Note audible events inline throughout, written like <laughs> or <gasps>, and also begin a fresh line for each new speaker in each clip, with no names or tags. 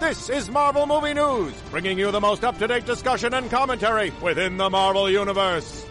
this is Marvel Movie News, bringing you the most up to date discussion and commentary within the Marvel Universe.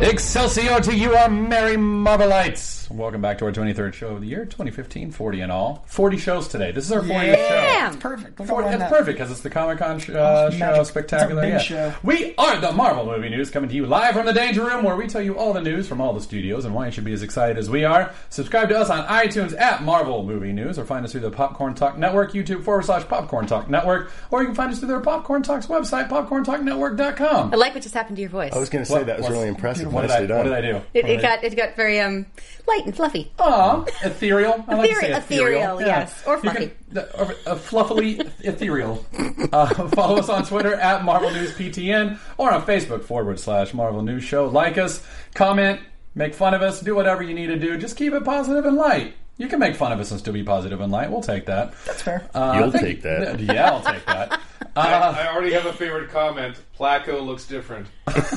Excelsior to you, our merry Marvelites! Welcome back to our 23rd show of the year, 2015, 40 in all. 40 shows today. This is our 40th show.
It's perfect. Look
40,
at all
that's
that. Oh,
perfect because it's the Comic Con sh- uh,
It's
show,
magic.
spectacular.
It's our big
yeah.
show.
We are the Marvel Movie News, coming to you live from the Danger Room, where we tell you all the news from all the studios and why you should be as excited as we are. Subscribe to us on iTunes at Marvel Movie News, or find us through the Popcorn Talk Network, YouTube forward slash Popcorn Talk Network, or you can find us through their Popcorn Talks website, popcorntalknetwork.com.
I like what just happened to your voice.
I was going to say that was
What's-
really impressive.
What did, I,
Nicely
what
done.
did I do?
it, it got it got very um light and fluffy. Oh,
Aw, ethereal. I like to say
Ethereal- ethereal, yes. Or
You
fluffy.
can- the- or, uh, fluffily ethereal. Uh, <laughs> follow us on Twitter at Marvel News PTN or on Facebook forward slash Marvel News Show. Like us, comment, make fun of us, do whatever you need to do. Just keep it positive and light. You can make fun of us and still be positive and light. We'll take that. That's
fair.
You'll take that.
<laughs> Yeah, I'll take that. Uh,
I already have a favorite comment. Placco looks different.
She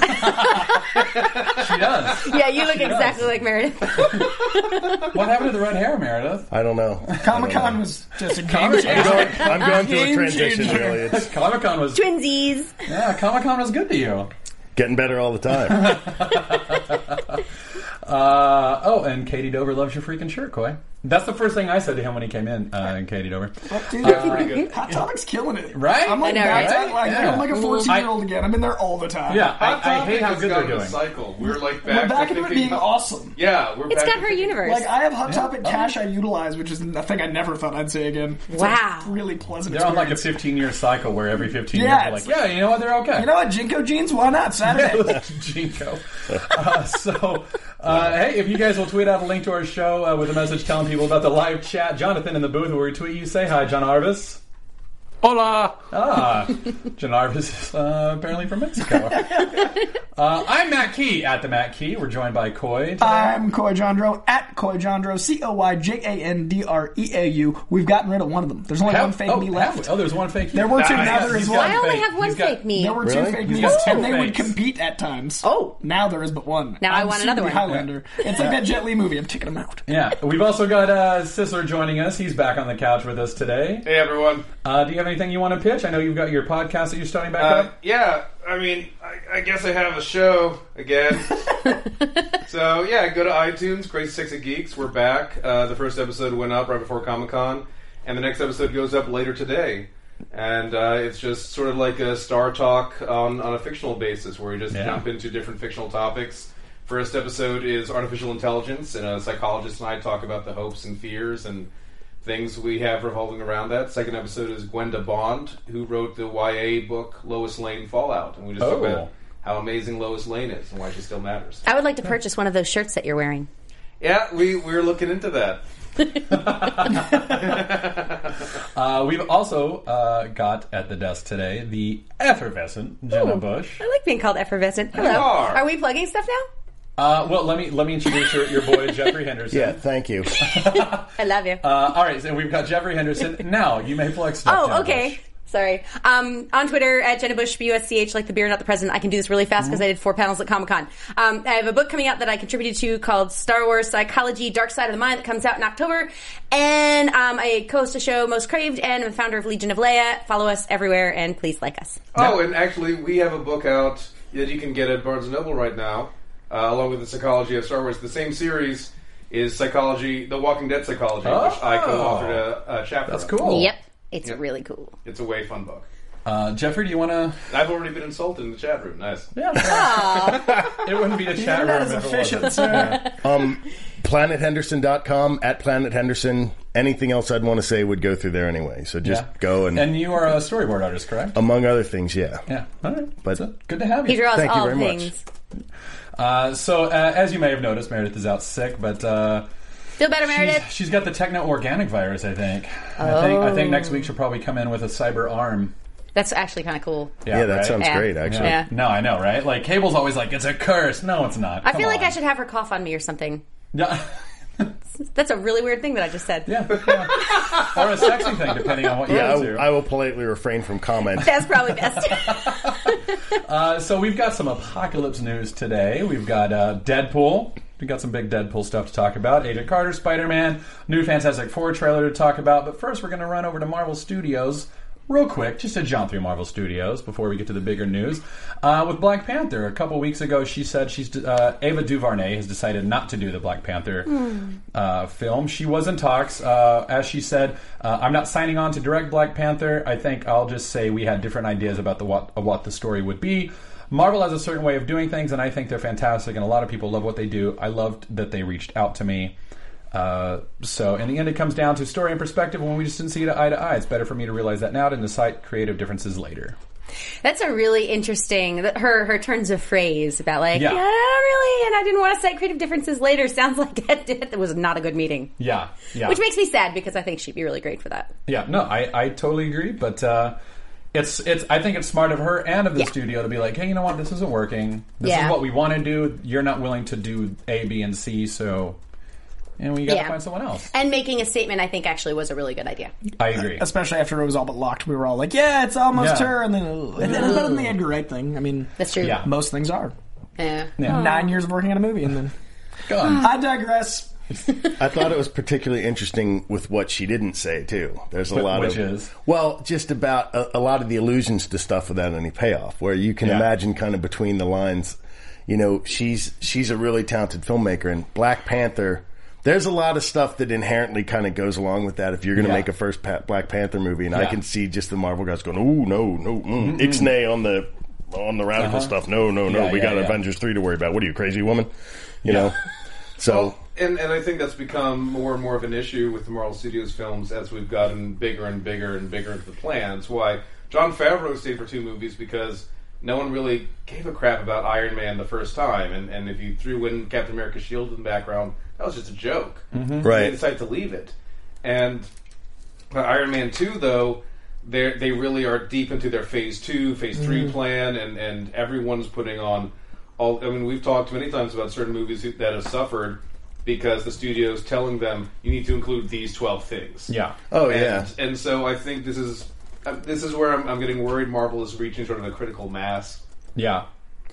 does.
Yeah, you look exactly like Meredith.
What happened to the red hair, Meredith?
I don't know.
Comic Con was just
<laughs>
a game
Comic-
changer.
I'm, I'm going through a
Game
transition.
changer.
Really, it's
Comic Con was
Twinsies.
yeah. Comic Con was good to you.
getting better all the time.
Uh, oh, and Katie Dover loves your freaking shirt, Coy. That's the first thing I said to him when he came in, uh, and Katie Dover.
Dude, Hot Topic's killing it.
Right?
I'm like,
I know,
back
right?
to- like,
Yeah.
I'm like a 14 year old again. I'm in there all the time.
Yeah,
Hot
I, I
Topic
hate how
has
good
got
they're
in the
doing.
Cycle. We're like back,
We're back
to
into it
thinking-
being awesome.
Yeah, we're
It's
back
got
to
her
thinking-
universe.
Like, I have Hot Topic cash I utilize, which is a thing I never thought I'd say again. It's
Wow.
A really pleasant
They're on like a
experience.
15 year cycle where every 15
Yeah,
years
it's
they're like, yeah, you know what, they're okay.
you know what? Jinko jeans? Why
<laughs>
not? Saturday.
Jinko. Uh, so, uh, hey, if you guys will tweet out a link to our show uh, with a message telling people about the live chat, Jonathan in the booth will retweet you. Say hi, John Arvis.
Hola.
Ah, John Arvis is uh, apparently from
<laughs>
Mexico. uh, I'm Matt Key at the Matt Key. We're joined by Coy. today.
I'm Coy Jandro at Coy Jandro, C O Y J A N D R E A U. We've gotten rid of one of them. There's only
Have-
one fake
oh,
me
have we?
left.
Oh, there's one fake.
There were two,
Nice.
now there is
He's
one.
got
I only
fake.
have one
He's got-
fake me.
There were two
Really?
fake
He's
me,
got two
and they would
fakes.
compete at times.
Oh.
now there is but one.
Now I
I'm
want
soon to
another
be
one.
Highlander. It's like that Jet Li movie. I'm taking him out.
Yeah, we've also got uh, Sisler joining us. He's back on the couch with us today.
Hey everyone.
Uh, do you have anything you want to pitch? I know you've got your podcast that you're starting back
Uh,
up.
yeah, I mean, I, I guess I have a show again. so yeah, go to iTunes, Crazy Six of Geeks. We're back. Uh, the first episode went up right before Comic Con, and the next episode goes up later today. And uh, it's just sort of like a Star Talk on, on a fictional basis, where we just
Yeah.
jump into different fictional topics. First episode is artificial intelligence, and a psychologist and I talk about the hopes and fears and things we have revolving around that. Second episode is Gwenda Bond, who wrote the YA book Lois Lane Fallout, and we just
Oh.
talk about how amazing Lois Lane is and why she still matters.
I would like to purchase one of those shirts that you're wearing.
Yeah, we we're looking into that.
Uh, we've also uh, got at the desk today the effervescent Jenna Bush.
I like being called effervescent. Hello.
are.
we plugging stuff now?
Uh, well, let me let me introduce your, your boy Jeffrey Henderson.
yeah, thank you.
I love you.
Uh, all right, so we've got Jeffrey Henderson. Now you may flex. stuff, Jenna
oh, okay.
Bush.
Sorry. Um, on Twitter at Jenna Bush B U S C H, like the beer, not the president. I can do this really fast because I did four panels at Comic Con. Um, I have a book coming out that I contributed to called Star Wars Psychology: Dark Side of the Mind that comes out in October, and um, I co-host a show Most Craved, and I'm the founder of Legion of Leia. Follow us everywhere, and please like us.
Oh, and actually, we have a book out that you can get at Barnes and Noble right now, uh, along with the Psychology of Star Wars. The same series is psychology, The Walking Dead psychology, which I
Oh.
co-authored a, a chapter.
That's
on.
cool.
Yep. It's
Yep.
really cool.
It's a way fun book.
Uh, Jeffrey, do you want to?
I've already been insulted in the chat room. Nice.
<laughs> it wouldn't be a chat
Internet
room
is
if it
efficient,
wasn't.
sir.
Um, planethenderson.com, at Planet Henderson. Anything else I'd want to say would go through there anyway. So just
Yeah.
go and,
And you are a storyboard artist, correct?
among other things, yeah.
yeah. All right.
But-
So, good to have you.
He draws
Thank you
all
very much.
things.
Uh, so, uh, as you may have noticed, Meredith is out sick, but uh,
Feel better, Meredith.
she's, she's got the techno organic virus. I think. I think. I think next week she'll probably come in with a cyber arm.
That's actually kind of cool.
Yeah, that
right?
sounds
Yeah.
great, actually.
Yeah.
No, I know, right? Like Cable's always like, it's a curse. No, it's not.
I
Come
feel like
on.
I should have her cough on me or something.
Yeah.
That's a really weird thing that I just said.
yeah, yeah. <laughs> or a sexy thing, depending on what you're
Yeah, I,
into.
will- I will politely refrain from comment.
That's probably best.
Uh, so we've got some apocalypse news today. We've got uh, Deadpool. We've got some big Deadpool stuff to talk about. Agent Carter, Spider Man, new Fantastic Four trailer to talk about. But first, we're going to run over to Marvel Studios real quick, just to jaunt through Marvel Studios before we get to the bigger news. Uh, with Black Panther, a couple weeks ago, she said she's uh, Ava DuVernay has decided not to do the Black Panther uh, film. She was in talks, uh, as she said, uh, "I'm not signing on to direct Black Panther. I think I'll just say we had different ideas about the what, of what the story would be." Marvel has a certain way of doing things, and I think they're fantastic, and a lot of people love what they do. I loved that they reached out to me. Uh, so in the end, it comes down to story and perspective. When we just didn't see it eye to eye, it's better for me to realize that now than to cite creative differences later.
That's a really interesting that her her turns of phrase about like
Yeah.
yeah, really, and I didn't want to say creative differences later. <laughs> Sounds like that, that was not a good meeting.
Yeah, yeah.
Which makes me sad because I think she'd be really great for that.
Yeah, no, I, I totally agree, but uh, it's it's I think it's smart of her and of the
Yeah.
studio to be like, hey, you know what, this isn't working. This
Yeah.
is what we want to do. You're not willing to do A, B, and C, so and we got to
Yeah.
find someone else.
And making a statement, I think, actually was a really good idea.
I agree.
Especially after it was all but locked, we were all like, "Yeah, it's almost
Yeah.
her," and then, ugh. and then, but then they had the right thing. I mean,
That's true.
Yeah.
most things are
Yeah.
nine years of working on a movie, and then
Gone.
I digress.
I thought it was particularly interesting with what she didn't say too. There's a
Wh-
lot
which
of
is?
well, just about a, a lot of the allusions to stuff without any payoff, where you can
Yeah.
imagine kind of between the lines. You know, she's she's a really talented filmmaker, and Black Panther. There's a lot of stuff that inherently kind of goes along with that. If you're going to
Yeah.
make a first pa- Black Panther movie, and I
Yeah.
can see just the Marvel guys going, "Oh no, no, mm, ixnay on the on the radical stuff. No, no, no,
Uh-huh. Yeah,
we
yeah,
got
yeah.
Avengers three to worry about. What are you crazy woman? You know." So
And, and I think that's become more and more of an issue with the Marvel Studios films as we've gotten bigger and bigger and bigger into the plans. Why John Favreau stayed for two movies because no one really gave a crap about Iron Man the first time, and, and if you threw in Captain America's shield in the background, that was just a joke. They
right,
decided to leave it, and uh, Iron Man two though. They they really are deep into their phase two, phase three
Mm-hmm.
plan, and and everyone's putting on all. I mean, we've talked many times about certain movies who- that have suffered because the studio's telling them you need to include these twelve things.
Yeah.
oh
and,
yeah,
and so I think this is uh, this is where I'm, I'm getting worried. Marvel is reaching sort of a critical mass.
Yeah.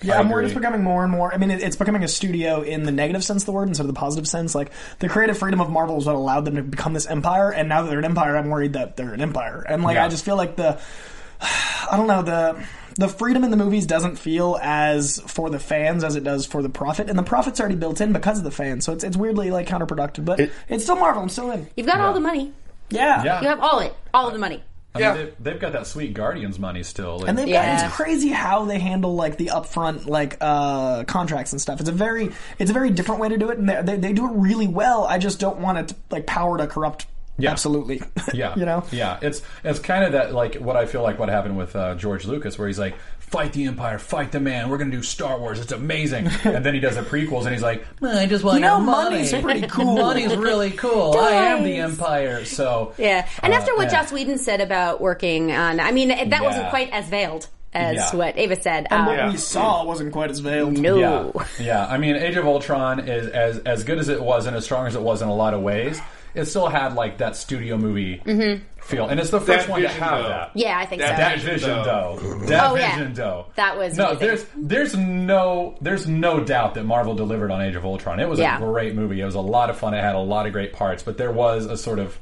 Yeah,
I
I'm worried
agree.
it's becoming more and more. I mean, it, it's becoming a studio in the negative sense of the word instead of the positive sense. Like the creative freedom of Marvel is what allowed them to become this empire, and now that they're an empire, I'm worried that they're an empire. And like,
Yeah.
I just feel like the, <sighs> I don't know the. The freedom in the movies doesn't feel as for the fans as it does for the profit, and the profit's already built in because of the fans, so it's it's weirdly like counterproductive. But
It-
it's still Marvel. I'm still in.
You've got all the money.
Yeah,
Yeah.
You have all it. All of the money.
I mean,
Yeah.
they've, they've got that sweet Guardians money still. Like,
And they've got
Yeah.
it's crazy how they handle like the upfront like uh, contracts and stuff. It's a very it's a very different way to do it, and they they, they do it really well. I just don't want it to, like power to corrupt.
Yeah.
Absolutely.
<laughs> Yeah,
you know.
yeah. It's it's kind of that like what I feel like what happened with uh, George Lucas, where he's like, "Fight the Empire, fight the man. We're gonna do Star Wars. It's
<laughs>
amazing." and then he does the prequels, and he's like, "I just want
You know,
your money. <laughs>
money's pretty cool."
money's really cool. I am the
Guys.
Empire." So
Yeah. And after what
yeah.
Joss Whedon said about working on, I mean, that wasn't
Yeah.
quite as veiled as
Yeah.
what Ava said.
And
Um,
what we saw wasn't quite as veiled.
No.
Yeah, yeah. I mean, Age of Ultron is as as good as it was and as strong as it was in a lot of ways. It still had like that studio movie
Mm-hmm.
feel, and it's the first
That
one to
vision,
have
though.
that.
Yeah, I think
That-
so.
That
Vision,
vision,
though.
though. That
Oh, yeah.
vision, though.
That was
no.
amazing.
There's there's no there's no doubt that Marvel delivered on Age of Ultron. It was
Yeah.
a great movie. It was a lot of fun. It had a lot of great parts, but there was a sort of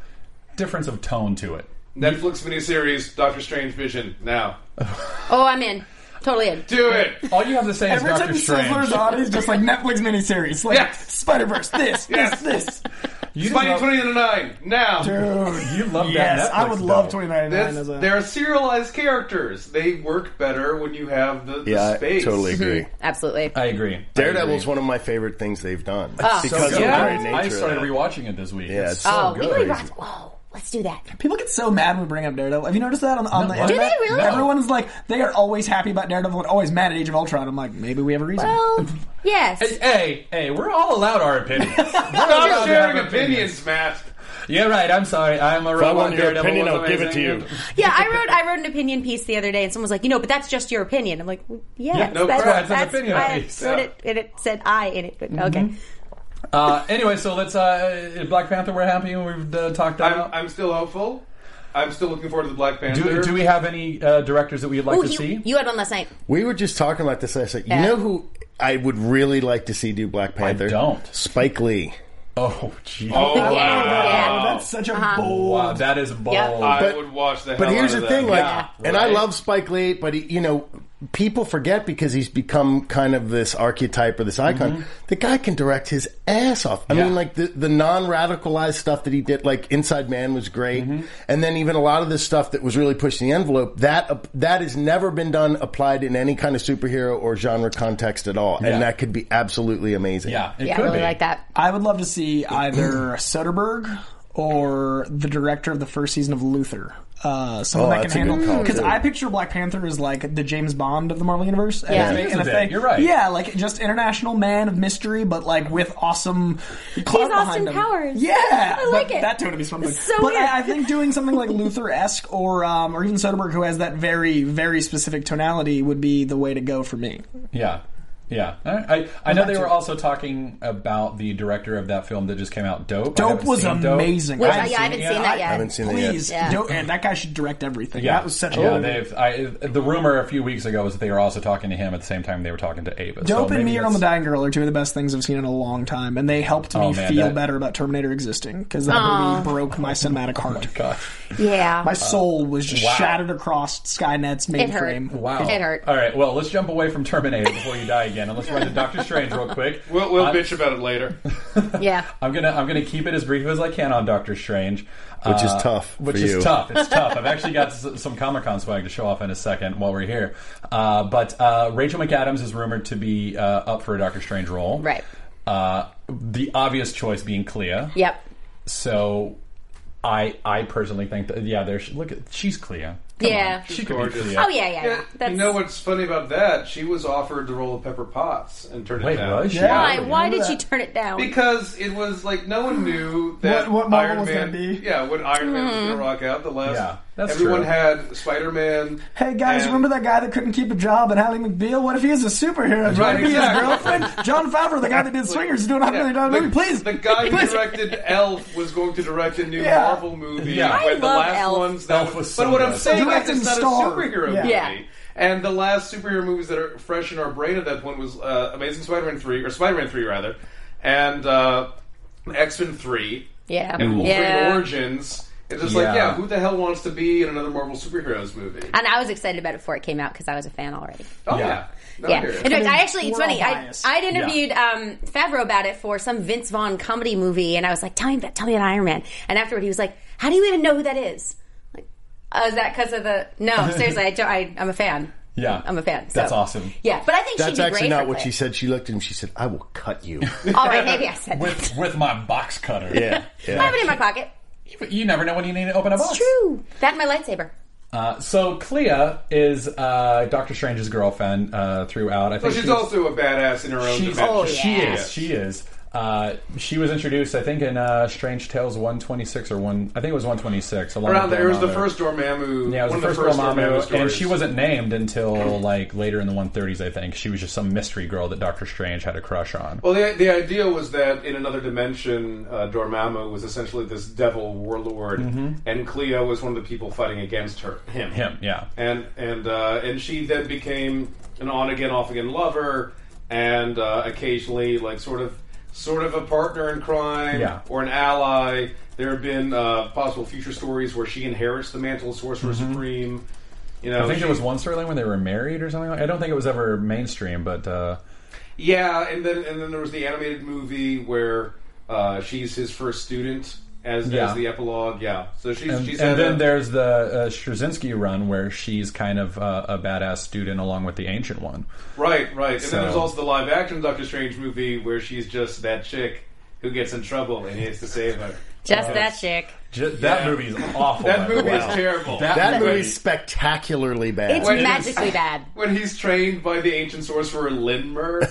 difference of tone to it.
Netflix miniseries Doctor Strange Vision now.
Oh, I'm in. Totally in.
<laughs>
Do it.
All you have to say is
Every time
Doctor
Sizzler's
Strange.
on, he's just like Netflix miniseries, like
Yes.
Spider
<laughs>
Verse, this,
Yes.
this, this.
You just
Spidey
love-
twenty to the nine now.
Dude,
You love
<laughs> yes,
that. Netflix,
I would love
though.
twenty nine nine
That's,
as a.
they're serialized characters. They work better when you have the, the
Yeah, I
space.
totally agree.
Absolutely.
I agree. I
Daredevil's one of my favorite things they've done because
agree.
of the
Yeah,
very nature
I started
of it.
rewatching it this week.
Yeah,
It's
it's
so
so
oh,
good.
we really rocked. Whoa, let's do that.
People get so mad when we bring up Daredevil. Have you noticed that on, on the
what? Do
internet?
they really?
Everyone's like, they are always happy about Daredevil and always mad at Age of Ultron. I'm like, maybe we have a reason.
<laughs>
Well, yes.
Hey, hey, we're all allowed our opinions. We're allowed
Stop
to
<laughs> sharing
have
opinions, Matt.
Yeah, right. I'm sorry. I'm a robot.
I want your
Daredevil
opinion,
was
I'll give it to
amazing.
you.
Yeah, I wrote I wrote an opinion piece the other day, and someone was like, "You know, but that's just your opinion." I'm like, "Well, "Yes,
Yeah, no
that's,
crap, it's an
that's
opinion
why I
piece." Mm-hmm.
wrote
Yeah.
it, and it said I in it." But okay,
Uh, anyway, so let's uh, Black Panther. We're happy and we've uh, talked that
I'm,
out.
I'm still hopeful. I'm still looking forward to the Black Panther.
do, do we have any uh, directors that we'd like
Ooh,
to
you
see?
you had one last night.
We were just talking about this last night. You
Yeah.
know who I would really like to see do Black Panther?
don't.
Spike Lee.
oh, geez.
Oh, wow.
Oh, that's such a
Uh-huh.
bold.
wow, that is bold.
Yeah.
I
But-
would watch the hell
But here's
out
the
of that.
thing, like,
Yeah,
and I
right.
love Spike Lee, but he, you know, people forget because he's become kind of this archetype or this icon. The guy can direct his ass off. I
Mm-hmm. Yeah.
mean, like the the non radicalized stuff that he did, like Inside Man, was great,
Mm-hmm.
and then even a lot of this stuff that was really pushing the envelope that uh, that has never been done applied in any kind of superhero or genre context at all,
Yeah.
and that could be absolutely amazing.
Yeah, it
Yeah, I
could
really
be.
like that.
I would love to see either Soderbergh or the director of the first season of Luther. Uh, someone
Oh,
that can
that's a good
handle
call,
because
too.
I picture Black Panther as like the James Bond of the Marvel universe. And
Yeah.
if they-
He is
and
a
if
bit,
they-
you're right.
Yeah, like just international man of mystery, but like with awesome. clout behind
Austin
him.
Powers.
Yeah,
I like
but
it.
That totally be something.
It's so
but
weird.
I, I think doing something like Luther esque or um, or even Soderbergh, who has that very very specific tonality, would be the way to go for me.
Yeah. Yeah, I I, I know they were also talking about the director of that film that just came out. Dope. I
Dope
haven't
was
seen Dope.
amazing.
Which,
I
yeah, I haven't seen that
I
yet.
haven't seen it
Please,
yet.
Yeah.
don't, and that guy should direct everything.
Yeah,
That was such a
yeah.
good
They've I, the rumor a few weeks ago was that they were also talking to him at the same time they were talking to Ava.
Dope
so
and
maybe
Me Are on the
that's-
Dying Girl are two of the best things I've seen in a long time, and they helped me
Oh, man,
feel
that-
better about Terminator existing because that movie broke my cinematic heart.
Oh God.
Yeah,
My soul was just
Wow.
shattered across Skynet's
it hurt.
mainframe.
Wow.
it hurt.
All right, well, let's jump away from Terminator before you die again, and let's run to Doctor Strange real quick.
<laughs> We'll, we'll
I'm,
bitch about
<laughs>
it later.
Yeah,
I'm gonna I'm gonna keep it as brief as I can on Doctor Strange, uh,
Which is tough
Which
for
is
you.
tough.
<laughs>
It's tough. I've actually got s- some Comic Con swag to show off in a second while we're here. Uh, but uh, Rachel McAdams is rumored to be uh, up for a Doctor Strange role.
Right.
Uh, the obvious choice being Clea.
yep.
So, I I personally think that yeah, there's look at she's Clea. Come
Yeah.
on. she could be
Gorgeous.
Clea.
Oh yeah, yeah. yeah. That's
you know what's funny about that? She was offered the role of Pepper Potts and turned
Wait,
it down.
was she?
Yeah.
why?
I
Why
remember
did she
that.
turn it down?
Because it was like no one knew that
What- what Marvel
Iron
was
Man.
gonna be.
Yeah, when Iron Man was going to rock out the last.
Yeah, that's
everyone
true.
had Spider Man.
Hey guys, remember that guy that couldn't keep a job and Hallie McBeal? What if he is a superhero? Do
<laughs>
you want to be his
exactly.
girlfriend? John Favreau, the guy that did Swingers, <laughs> is doing a $100 million dollar movie. Please!
The guy who
Please.
directed Elf was going to direct a new
Yeah.
Marvel movie.
Yeah. I
when the
love
last
Elf.
ones that
Elf was so
But what I'm
good.
saying
Direct
is
and
it's not
star.
a superhero
Yeah.
movie.
Yeah.
And the last superhero movies that are fresh in our brain at that point was uh, Amazing Spider-Man 3 or Spider-Man 3 rather, and uh, X-Men 3
yeah,
and Wolverine
yeah.
Origins. It's just
Yeah.
like, yeah, who the hell wants to be in another Marvel superheroes movie?
And I was excited about it before it came out because I was a fan already.
Oh
Yeah.
yeah. No,
Yeah.
here.
In fact, I actually, it's
we're all
funny. I,
biased.
I'd interviewed um, Favreau about it for some Vince Vaughn comedy movie, and I was like, tell me about, tell me about Iron Man. And afterward, he was like, how do you even know who that is? Like, oh, is that because of the.
<laughs>
No, seriously, I, don't- I, I'm a fan.
Yeah.
I'm a fan. so-
That's awesome.
Yeah, but I think she'd
That's
be
actually
great
not
for
what
Claire.
she said. She looked at him. She said, "I will cut
<laughs>
you."
All right, maybe I
<laughs>
said that.
With with my box cutter.
yeah, yeah.
<laughs>
I have it in my pocket.
You never know when you need to open a box.
True. That and my lightsaber.
Uh, so Clea is uh, Doctor Strange's girlfriend uh, throughout. I
But
think
she's also a badass in her own
she's,
dimension.
Oh,
she
yeah.
is she is. Uh, she was introduced, I think, in uh, Strange Tales 126 or one. I think it was 126. along
Around
with
there, it was the
Dormammu.
first Dormammu.
Yeah, it was
one
the
of
first,
the first Dormammu
Dormammu,
stories.
and she wasn't named until like later in the 130s, I think. She was just some mystery girl that Doctor Strange had a crush on.
Well, the, the idea was that in another dimension, uh, Dormammu was essentially this devil warlord, and Clea was one of the people fighting against her, him,
Mm-hmm. Him, yeah.
and and uh, and she then became an on again, off again lover, and uh, occasionally like sort of sort of a partner in crime
Yeah.
or an ally. There have been uh, possible future stories where she inherits the mantle of Sorcerer Supreme. You know,
Mm-hmm. I think
she-
there was one storyline when they were married or something. Like I don't think it was ever mainstream, but uh,
Yeah, and then and then there was the animated movie where uh, she's his first student as,
Yeah.
as the epilogue. Yeah, so she's
and,
she's
and
had
then
a-
there's the uh, Straczynski run where she's kind of uh, a badass student along with the ancient one.
right, right, and
So-
then there's also the live action Doctor Strange movie where she's just that chick who gets in trouble and he has to save her.
Just
Uh,
that chick.
Ju- That movie is
<laughs>
awful. by
That
the
movie
<laughs> way.
is terrible.
That
movie-
movie's spectacularly bad.
It's
Wait,
magically bad.
when he's trained by the ancient
<laughs>
sorcerer Linmer.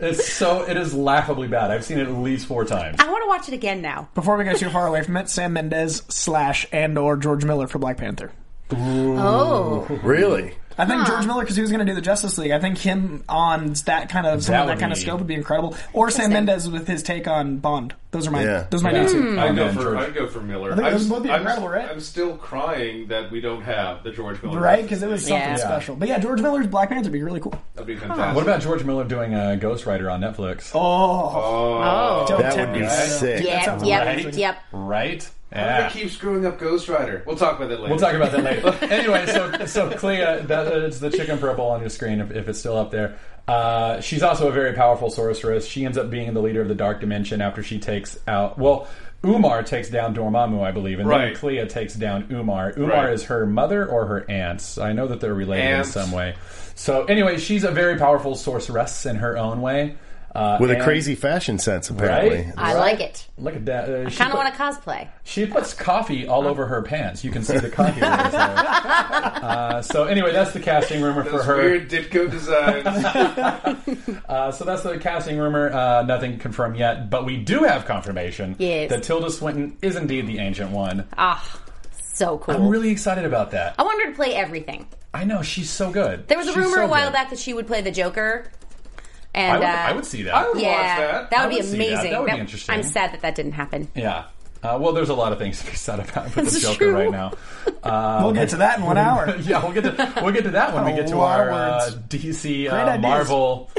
it's so it is laughably bad. I've seen it at least four times.
I want to watch it again now.
Before we go too far away from it, Sam Mendes slash and or George Miller for Black Panther.
Oh,
really?
I think George Miller, because he was going to do the Justice League, I think him on that kind of
That
someone that,
would
kind of
be-
scope would be incredible. Or Sam Mendes with his take on Bond. Those are my
Yeah.
those are my
Yeah.
yeah.
Oh,
Hmm.
I'd go
man,
for
George.
I'd go for Miller.
think
I'm,
those would be
I'm-
incredible, right?
I'm still crying that we don't have the George Miller,
right because it was something
Yeah.
special. But yeah, George Miller's Black Panther would be really cool.
That'd be fantastic.
What about George Miller doing a Ghost Rider on Netflix?
Oh,
oh,
don't
That
tempt
would be
me.
sick.
yep,
sounds
yep,
amazing.
yep.
Right?
Why do
Yeah.
they keep screwing up Ghost Rider? We'll talk about that later.
We'll talk about that later.
<laughs>
anyway, so so Clea, that is the chicken purple on your screen if, if it's still up there. Uh, she's also a very powerful sorceress. She ends up being the leader of the Dark Dimension after she takes out. Well, Umar takes down Dormammu, I believe, and
Right.
then Clea takes down Umar. Umar
Right.
is her mother or her aunts. I know that they're related
Aunts.
in some way. So anyway, she's a very powerful sorceress in her own way. Uh,
With a
and-
crazy fashion sense, apparently.
Right?
I like it.
Look at that. Uh, she
Kind of
put-
want to cosplay.
she puts coffee all over her pants. You can see the coffee. layers there. uh, so anyway, that's the casting rumor for
Those
her.
<laughs>
weird Ditko designs.
Uh, so that's the casting rumor. Uh, nothing confirmed yet, but we do have confirmation
Yes.
that Tilda Swinton is indeed the Ancient One.
Ah, so cool.
I'm really excited about that.
I want her to play everything.
I know she's so good.
Oh. There was a
She's
rumor
so
a while
good.
back that she would play the Joker,
I
and
would,
uh,
I would see that.
I would watch
Yeah,
that.
would
I
be
would see that.
amazing.
That would be interesting.
I'm sad that that didn't happen.
yeah. Uh, well, there's a lot of things to be said
<laughs>
about with the
It's
Joker
true.
right now.
we'll get to that in one hour.
<laughs> yeah, we'll get to we'll get to that when we get to
A lot
our
of
uh,
words.
DC
Great
uh,
ideas. <laughs>
Marvel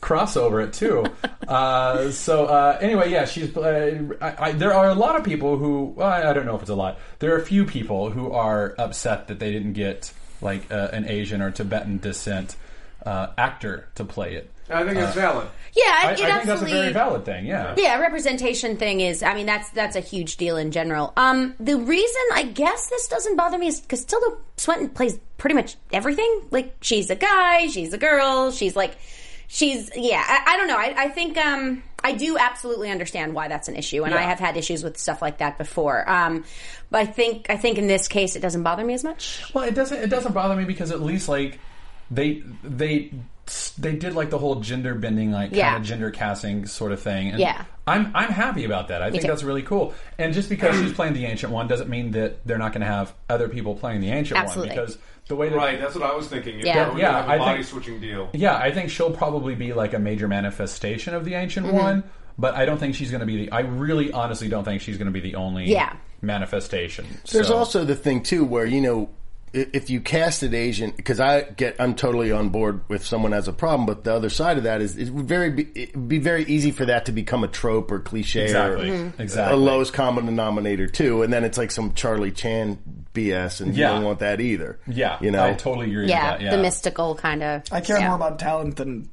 crossover at two. Uh, so uh, anyway, yeah, she's. Uh, I, I, there are a lot of people who well, I, I don't know if it's a lot. There are a few people who are upset that they didn't get like uh, an Asian or Tibetan descent uh, actor to play it.
I think it's valid.
Yeah,
I, I
it
think that's a
absolutely.
very valid thing. Yeah.
yeah, representation thing is. I mean, that's that's a huge deal in general. Um, the reason I guess this doesn't bother me is because Tilda Swinton plays pretty much everything. Like she's a guy, she's a girl, she's like, she's yeah. I, I don't know. I, I think um, I do absolutely understand why that's an issue, and I
Yeah.
have had issues with stuff like that before. Um, but I think I think in this case it doesn't bother me as much.
Well, it doesn't. It doesn't bother me because at least like they they they did like the whole gender bending, like
Yeah.
kind of gender casting sort of thing. And
Yeah.
I'm I'm happy about that. I think
too.
that's really cool. And just because she's playing the ancient one doesn't mean that they're not going to have other people playing the ancient
Absolutely.
one because the way that
Right, that's what I was thinking. If
Yeah.
that were
Yeah,
to have a
I
body
think-
switching deal.
yeah, I think she'll probably be like a major manifestation of the ancient
Mm-hmm.
one. But I don't think she's going to be the. I really, honestly, don't think she's going to be the only
Yeah.
manifestation.
There's
So-
also the thing too where you know i- if you cast an Asian, because I get I'm totally on board if someone has a problem, but the other side of that is it would very be, it would be very easy for that to become a trope or cliche
Exactly.
or
Mhm. Exactly.
a lowest common denominator too, and then it's like some Charlie Chan BS, and
Yeah.
you don't want that either.
yeah,
you know,
I totally agree.
Yeah,
with that, yeah.
the mystical kind of.
I care
yeah.
more about talent than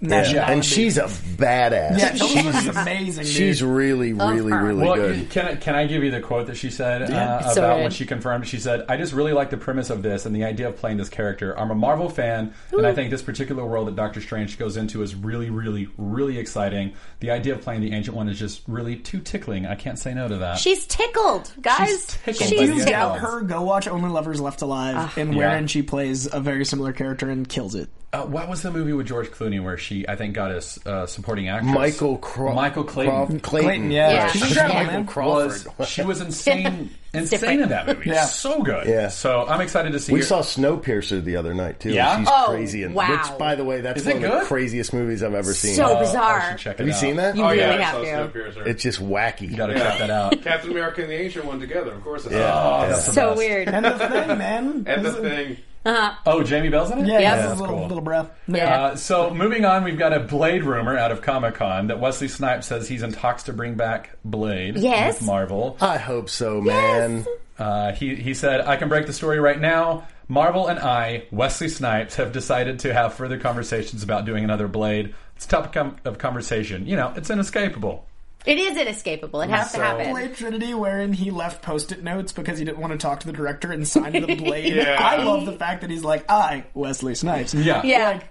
Yeah.
nationality.
and she's a badass. <laughs>
yeah, she's amazing.
She's
dude.
really, really,
her.
really
Well,
good.
you- can I, can I give you the quote that she said uh, about
So
when
good.
she confirmed? She said, "I just really like the premise of this and the idea of playing this character. I'm a Marvel fan, and I think this particular world that Doctor Strange goes into is really, really, really exciting. The idea of playing the Ancient One is just really too tickling. I can't say no to that.
She's tickled, guys.
tickled by
If
She's
the
you
end.
tickled.
doubt her, go watch Only Lovers Left Alive, and
Yeah.
wherein she plays a very similar character and kills it.
uh, what was the movie with George Clooney where she, I think, got a s- uh, supporting actress?
Michael Cro-
Michael Clayton.
Crof- Clayton.
Clayton, yeah.
Yeah.
She's
She's
incredible,
Michael
man.
was she
<laughs>
was insane, insane
different.
in that movie.
Yeah.
So good.
Yeah.
So I'm excited to see.
We
her.
saw Snowpiercer the other night too.
Yeah?
she's
Oh,
crazy. And
wow.
which, by the way, that's
Is it
one of
good?
the craziest movies I've ever seen.
so
Oh, I
bizarre.
should check Oh,
Have
it
you
out.
seen that?
You really
I
have
saw
to.
Snowpiercer.
It's just wacky.
You got to check that out.
Captain America and the Ancient One together, of course. It's
Yeah.
that's the
so
best.
weird.
And the
<laughs>
thing, man.
And the
This is-
thing,
Oh, Jamie Bell's in it.
Yeah,
Yeah.
this
That's
is little,
cool.
little bro.
Yeah.
Uh, so moving on, we've got a Blade rumor out of Comic Con that Wesley Snipes says he's in talks to bring back Blade
Yes.
with Marvel.
I hope so, man. then
Uh, he, he said, I can break the story right now. Marvel and I, Wesley Snipes, have decided to have further conversations about doing another Blade. It's a topic com- of conversation. You know, it's inescapable.
It is inescapable. It has
So-
to happen.
Blade Trinity, wherein he left post-it notes because he didn't want to talk to the director and signed the blade.
Yeah.
I love the fact that he's like, I, Wesley Snipes.
Yeah.
Yeah.
Like,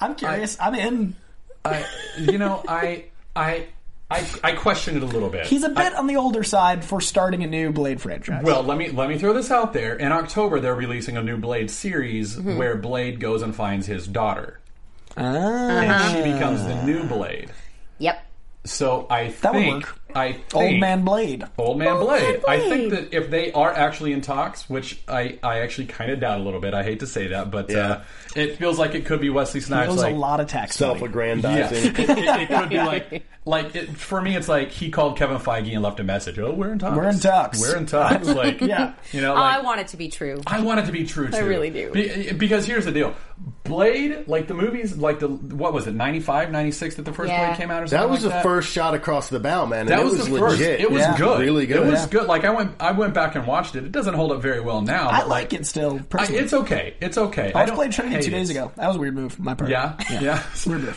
I'm curious. I, am in.
I, you know, I, I, I, I question it a little bit.
He's a bit on the older side for starting a new Blade franchise.
Well, let me let me throw this out there. In October, they're releasing a new Blade series where Blade goes and finds his daughter,
Mm-hmm. Ah.
and she becomes the new Blade.
Yep.
So I
would
think
work.
I think,
Old Man Blade.
Old Man Blade. I think
Blade.
that if they are actually in talks, which I, I actually kind of doubt a little bit. I hate to say that, but uh, it feels like it could be Wesley Snipes.
That was
like,
a lot of tax money.
Yes.
self-aggrandizing.
<laughs> it,
<laughs>
it- it could be like, like it, for me, it's like he called Kevin Feige and left a message. Oh, we're in talks.
We're in talks.
We're in talks.
<laughs>
Like,
Yeah.
you know,
Oh,
like,
I want it to be true.
I want it to be true too. I
really do.
because here's the deal. Blade, like the movies, like the what was it, 95, 96 that the first
Yeah.
Blade came out or something
That was
like
the first shot across the bow, man. And
That
it
was,
was
the
legit.
first. It was
Yeah.
good.
Really good.
It was
Yeah.
good. Like I went I went back and watched it. It doesn't hold up very well now.
I
but,
like it still.
I,
Personally.
it's okay. It's okay.
I,
I
was
don't
played Trinity
hate
two days
it.
ago. That was a weird move. My part.
Yeah,
<laughs>
yeah.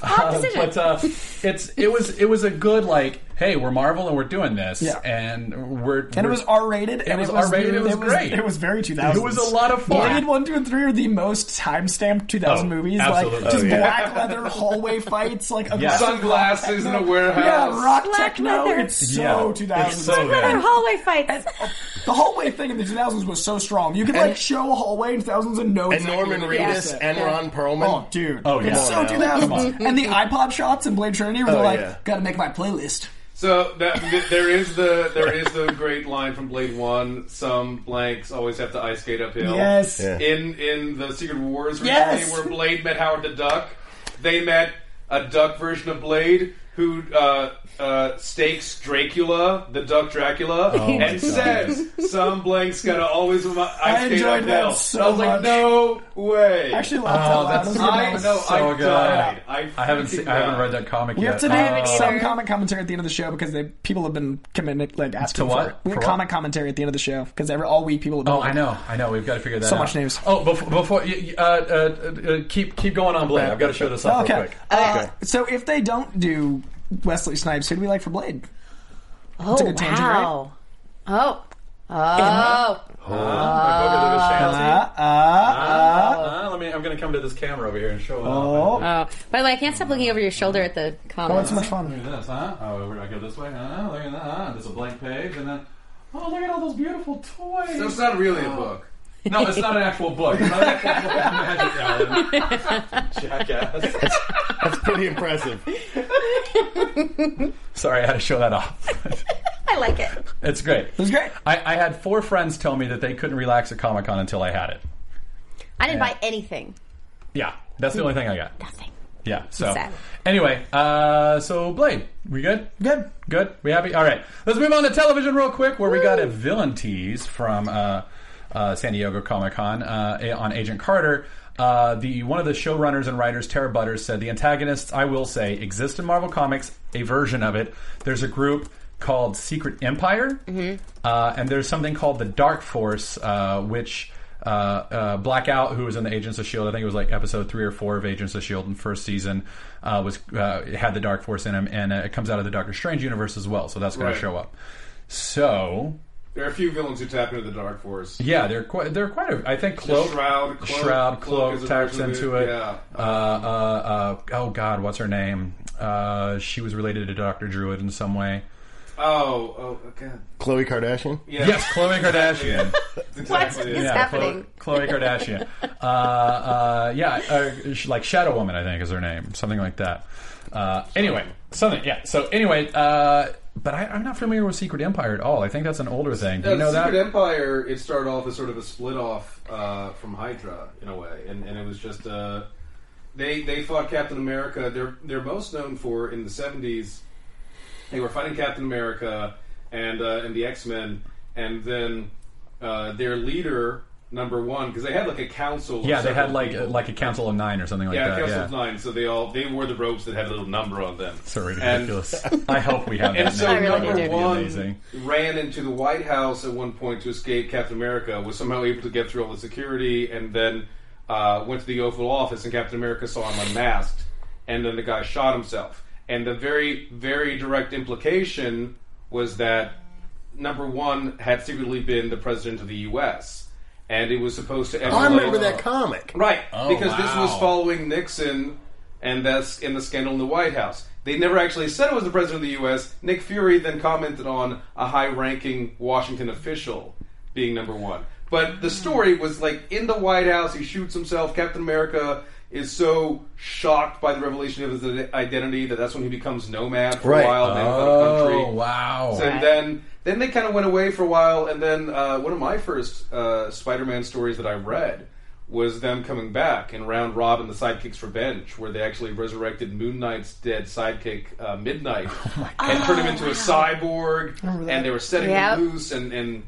Hard
Um,
decision.
but uh, it's it was it was a good like, hey, we're Marvel and we're doing this,
Yeah.
and we're
And it was R rated.
was R-rated, it was great.
It was very 2000.
It was a lot of fun.
Blade one, two, and three are the most time-stamped 2000
Oh,
movies.
absolutely.
Like just
Oh, yeah.
black leather hallway fights, like aggressive
Sunglasses in
rock
a
techno.
warehouse.
Yeah, rock
Black
techno.
leather.
It's so
Yeah.
2000s.
It's so Black
Another
leather.
hallway fights.
The hallway thing in the 2000s was so strong. You could like show a hallway in 2000s and know.
And
exactly
Norman
what it was.
Reedus and Ron Perlman.
Oh, dude.
Oh, yeah.
It's so
Come on now.
2000s. And the iPod shots in Blade Trinity were like,
yeah.
gotta make my playlist.
So that, th- there is the there is the great line from Blade One. Some blanks always have to ice skate uphill.
Yes.
Yeah.
In in the Secret Wars recently,
Yes.
where Blade met Howard the Duck, they met a duck version of Blade who uh, uh, stakes Dracula, the duck
Oh
Dracula,
my
and
God.
says some blank's gotta always remi- ice
I
skate
enjoyed that
uphill.
so
I was
much.
like, no way.
I actually laughed out loud.
Oh, that's-
It was a good
I
moment.
know. I
good.
died. I,
I haven't
freaking
seen, I haven't
died.
read that comic
We
yet.
have to
haven't
do some
Uh, either.
comic commentary at the end of the show because they, people have been committed, like asking
To
for
what?
it. We have
For what?
comic commentary at the end of the show because every all week people have been.
Oh,
like,
I know, I know. We've got to figure that
So
out.
much news.
Oh, before, before you, uh, uh, uh, keep keep going on, Blade. I've got to show this
Oh,
off
okay.
real quick.
Uh, So if they don't do Wesley Snipes, who do we like for Blade?
Oh
a good tangent, right?
wow. Oh. Oh.
Uh,
Uh, uh,
uh, let me. I'm going to come to this camera over here and show it. off.
Oh. By the way, I can't stop looking over your shoulder at the
oh,
comments.
it's much
Look
fun.
at this, huh? Oh, we're gonna go this way. Huh? Look at that. Huh? There's a blank page, and then oh, look at all those beautiful toys.
So it's not really a
Oh.
book.
no, it's not an actual book. It's not an actual book of magic, <laughs> Alan. Jackass.
That's pretty
<laughs>
impressive.
Sorry, I had to show that off. <laughs>
I like it.
it's great.
It was great.
I, I had four friends tell me that they couldn't relax at Comic Con until I had it.
I didn't buy anything.
Yeah, that's the only thing I got.
Nothing.
Yeah. So
sad.
anyway, uh, so Blade, we good?
Good.
Good. We happy? All right. Let's move on to television real quick, where we got a villain tease from uh, uh, San Diego Comic Con uh, a- on Agent Carter. Uh, the one of the showrunners and writers, Tara Butters, said the antagonists, I will say, exist in Marvel Comics, a version of it. There's a group called Secret Empire, uh, and there's something called the Dark Force, uh, which uh, uh, Blackout, who was in the Agents of Shield, I think it was like episode three or four of Agents of Shield E in first season, uh, was uh, had the Dark Force in him, and uh, it comes out of the Doctor Strange universe as well, so that's going
Right.
to show up. So
<laughs> There are a few villains who tap into the Dark Force.
yeah, they're quite they're quite a. I think cloak,
Shroud, Cloak-
Shroud,
Cloak
cloak,
is a
taps
version of
into
it,
it.
yeah.
Uh, uh, uh, oh God, what's her name? Uh, she was related to Doctor Druid in some way.
Oh, oh, okay.
Chloe Kardashian.
Yeah.
Yes, <laughs> Chloe
<laughs>
Kardashian.
That's exactly
What?
it.
It's
yeah,
happening.
Chloe,
<laughs>
Kardashian. uh, uh, yeah, uh, sh- like Shadow Woman, I think is her name, something like that. Uh, anyway, something. Yeah. So anyway, uh, but I, I'm not familiar with Secret Empire at all. I think that's an older thing. Do
Yeah,
you know
the
that?
Secret Empire, it started off as sort of a split off uh, from Hydra in a way, and, and it was just uh, they they fought Captain America. They're they're most known for in the seventies. They were fighting Captain America and uh, and the X Men, and then uh, their leader number one because they had like a council. of
Yeah, they
several
had like
people.
like a council of nine or something like
yeah,
that.
council
yeah,
of nine. So they all they wore the robes that had a little number on them.
so
And-
ridiculous. I hope we
<laughs>
have that.
And so
now.
I really
number
do.
one
Amazing.
ran into the White House at one point to escape Captain America, was somehow able to get through all the security, and then uh, went to the Oval Office, and Captain America saw him unmasked, and then the guy shot himself. And the very, very direct implication was that number one had secretly been the president of the U.S., and it was supposed to.
I
emulate-
remember that comic.
Right, because this was
Oh, wow.
following Nixon and that's in the scandal in the White House. They never actually said it was the president of the U.S. Nick Fury then commented on a high-ranking Washington official being number one. But the
Hmm.
story was like in the White House, he shoots himself. Captain America is so shocked by the revelation of his identity that that's when he becomes nomad for
Right.
a while, man without a country.
Oh wow!
And then then they kind of went away for a while, and then uh, one of my first uh, Spider-Man stories that I read was them coming back in Round Robin: The Sidekicks Revenge, where they actually resurrected Moon Knight's dead sidekick
<laughs>
uh, Midnight
Oh
and turned him into a cyborg, and they were setting
Yep.
him loose and. and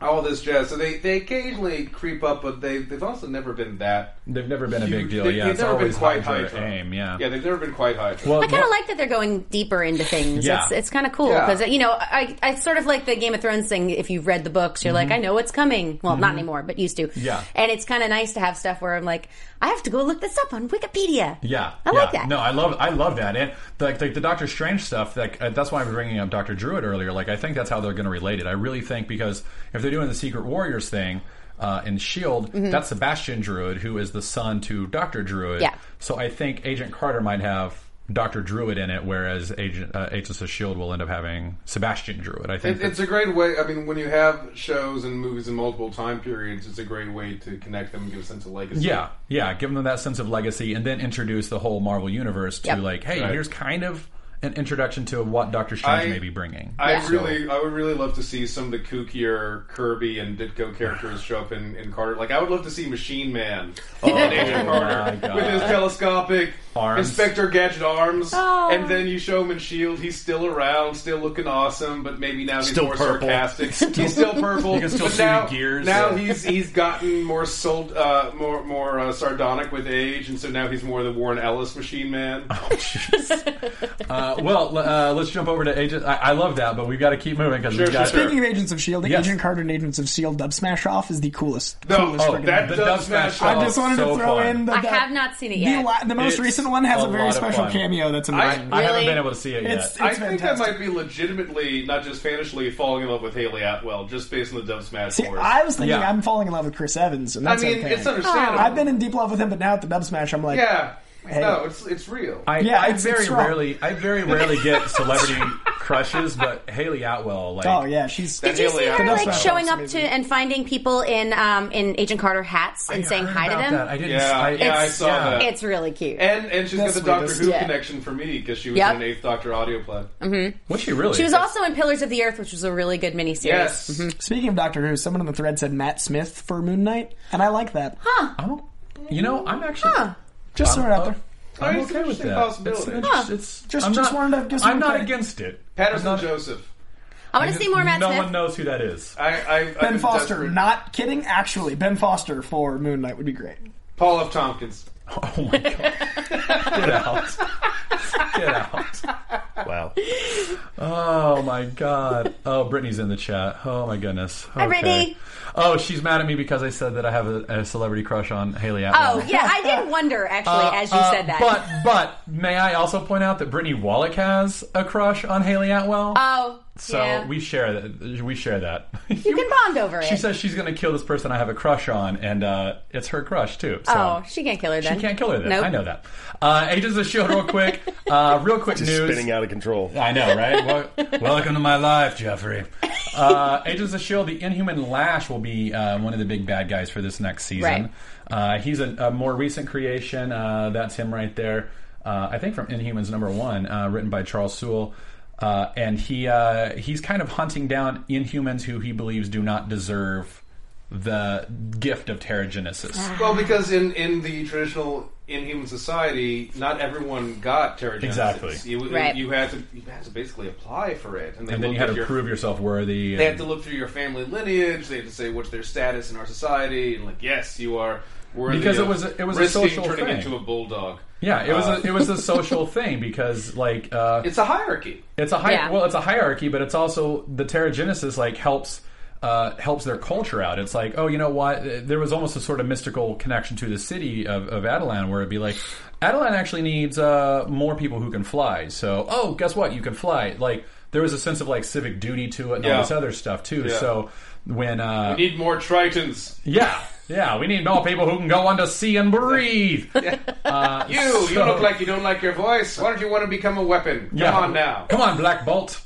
all this jazz. So they, they occasionally creep up, but they they've also never been that.
They've never been a
huge.
big deal.
They,
yeah,
they've
it's
never been
always
quite
Hydra
Hydra.
aim. Yeah,
yeah, they've never been quite Hydra.
Well,
I kind
what-
of like that they're going deeper into things.
Yeah.
It's, it's kind of cool
Yeah.
because you know I, I sort of like the Game of Thrones thing. If you've read the books, you're like, I know what's coming. Well, not anymore, but used to.
Yeah.
And it's kind of nice to have stuff where I'm like, I have to go look this up on Wikipedia.
Yeah,
I
yeah.
like that.
No, I love, I love that, and like the, the, Doctor Strange stuff. Like uh, that's why I was bringing up Doctor Druid earlier. Like I think that's how they're going to relate it. I really think because if they're doing the Secret Warriors thing uh, in Shield,
Mm-hmm.
that's Sebastian Druid, who is the son to Doctor Druid.
Yeah.
So I think Agent Carter might have Doctor Druid in it, whereas Agent uh, Agents of Shield will end up having Sebastian Druid. I think
It, it's a great way. I mean, when you have shows and movies in multiple time periods, it's a great way to connect them and give a sense of legacy.
Yeah, yeah. Give them that sense of legacy, and then introduce the whole Marvel universe to
Yep.
like, hey,
Right.
here's kind of an introduction to what Doctor Strange
I-
may be bringing.
I
Yeah.
really, I would really love to see some of the kookier Kirby and Ditko characters show up in, in Carter. Like, I would love to see Machine Man in Agent
Oh, my
Carter
God.
with his telescopic
Arms.
Inspector Gadget arms, and then you show him in Shield. E He's still around, still looking awesome, but maybe now he's
Still
more
purple.
sarcastic.
<laughs>
he's still purple.
You can still
but
see
now,
the gears.
Now
Yeah.
he's he's gotten more sold, uh, more more uh, sardonic with age, and so now he's more the Warren Ellis Machine Man.
Oh, <laughs> Uh, well, uh, let's jump over to Agent. I, I love that, but we've got to keep moving because
Sure,
we've got.
sure, sure.
Speaking of Agents of S.H.I.E.L.D.,
Yes.
E Agent Carter and Agents of S.H.I.E.L.D. E Dub Smash Off is the coolest.
No,
coolest
oh,
friggin'
that
thing.
The
does
dub smash.
match up.
I just wanted
so
to throw
fun.
in the,
I
the-
have not seen it
the
yet.
li- the most
It's
recent one has
a
a very
lot of
special
fun.
cameo that's in
I-
the
I haven't
Really?
been able to see it
It's-
yet.
I think I
fantastic.
might be legitimately, not just fanishly, falling in love with Haley Atwell just based on the Dub Smash
See,
Wars.
I was thinking
Yeah.
I'm falling in love with Chris Evans, and
I
that's
mean,
okay.
it's understandable.
I've been in deep love with him, but now at the Dub Smash, I'm like,
yeah.
Hey.
No, it's it's real.
I,
Yeah,
I
it's-
very
it's wrong.
rarely, I very rarely get
<laughs>
celebrity crushes, but Haley Atwell, like,
oh yeah, she's.
Did
Did you see
Haley
her
Atwell.
That's
like
not
showing up
possible.
to and finding people in um, in Agent Carter hats and
I
saying
heard
hi to
about
them?
That. I didn't.
Yeah,
I,
yeah, I saw
yeah.
that.
It's really cute.
and and she's got
That's
the Doctor
sweetest.
Who
Yeah.
connection for me because she was
Yep.
in an Eighth Doctor audio play.
Was she really?
she was also in Pillars of the Earth, which was a really good miniseries.
Yes,
Speaking of Doctor Who, someone in the thread said Matt Smith for Moon Knight, and I like that.
I don't. You know, I'm actually.
Huh.
Just throw it out
I'm-
there.
I
I'm
mean, it's
okay
an
with
interesting
that.
possibility.
It's, an
Huh.
interest- it's-
Just-
I'm
just
not,
wanted to give some
I'm not
credit.
against it.
Patterson
I'm not-
Joseph.
I want to see more Matt
no
Smith.
one knows who that is.
I, I, I've
Ben
been
Foster,
desperate.
not kidding. Actually, Ben Foster for Moon Knight would be great.
Paul F. Tompkins.
Ah.
Oh
<laughs>
my god! Get out! Get out!
Wow.
Oh my god! Oh, Brittany's in the chat. Oh my goodness! Hi,
Brittany.
Oh, she's mad at me because I said that I have a, a celebrity crush on Haley Atwell.
Oh yeah, I
<laughs>
did wonder actually
Uh,
as you
uh,
said that.
But but may I also point out that Brittany Wallach has a crush on Haley Atwell?
oh,
so
yeah.
we share that. We share that. <laughs>
you can bond over
She
it.
says she's going to kill this person I have a crush on, and uh, it's her crush too. So.
oh, she can't kill her then.
She can't kill her then.
Nope.
I know that. Uh, Agents of Shield, real quick. Uh, real quick
Just
news.
spinning out of control.
I know, right? Wel- welcome to my life, Jeffrey. Uh, Agents of Shield, the Inhuman Lash will be uh, one of the big bad guys for this next season. Uh, he's a, a more recent creation. Uh, that's him right there. Uh, I think from Inhumans number one, uh, written by Charles Sewell. Uh, and he uh, he's kind of hunting down Inhumans who he believes do not deserve the gift of Terrigenesis.
Well, because in, in the traditional in human society, not everyone got pterogenesis.
Exactly.
You, you-
Right.
you had to you had to basically apply for it, and, they
and then
looked
you had
at
to
your,
prove yourself worthy.
They
and-
had to look through your family lineage. They had to say what's their status in our society, and like, yes, you are worthy.
Because it
of
was a- it was a
risking
social
turning
thing.
into a bulldog.
yeah, it was
Uh,
a, it was a
<laughs>
social thing because like uh,
It's a hierarchy.
It's a hi-
Yeah.
well, it's a hierarchy, but it's also the pterogenesis like helps uh, helps their culture out. It's like, oh, you know what? There was almost a sort of mystical connection to the city of, of Adelan, where it'd be like, Adelan actually needs uh, more people who can fly. So, oh, guess what? You can fly. Like there was a sense of like civic duty to it and
Yeah.
all this other stuff too.
Yeah.
So when uh,
Need more tritons.
yeah, yeah, we need more people who can go on to sea and breathe.
<laughs> You, you
So-
look like you don't like your voice. Why don't you want to become a weapon? Come
Yeah.
on now.
come on, Black Bolt.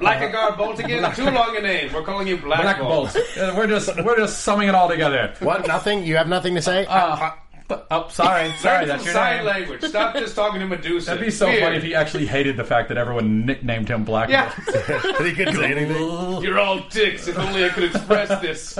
Blackagar Bolt again? Too long a name. We're calling you Black,
Black Bolt. Uh, we're just we're just summing it all together.
What? Nothing? You have nothing to say?
Oh, sorry, sorry,
Learn
that's
some
your
sign
name. <laughs>
language. Stop just talking to Medusa.
That'd be so
Weird.
funny if he actually hated the fact that everyone nicknamed him Black. <laughs>
Yeah.
<laughs> he couldn't say anything.
You're all dicks. If only I could express this.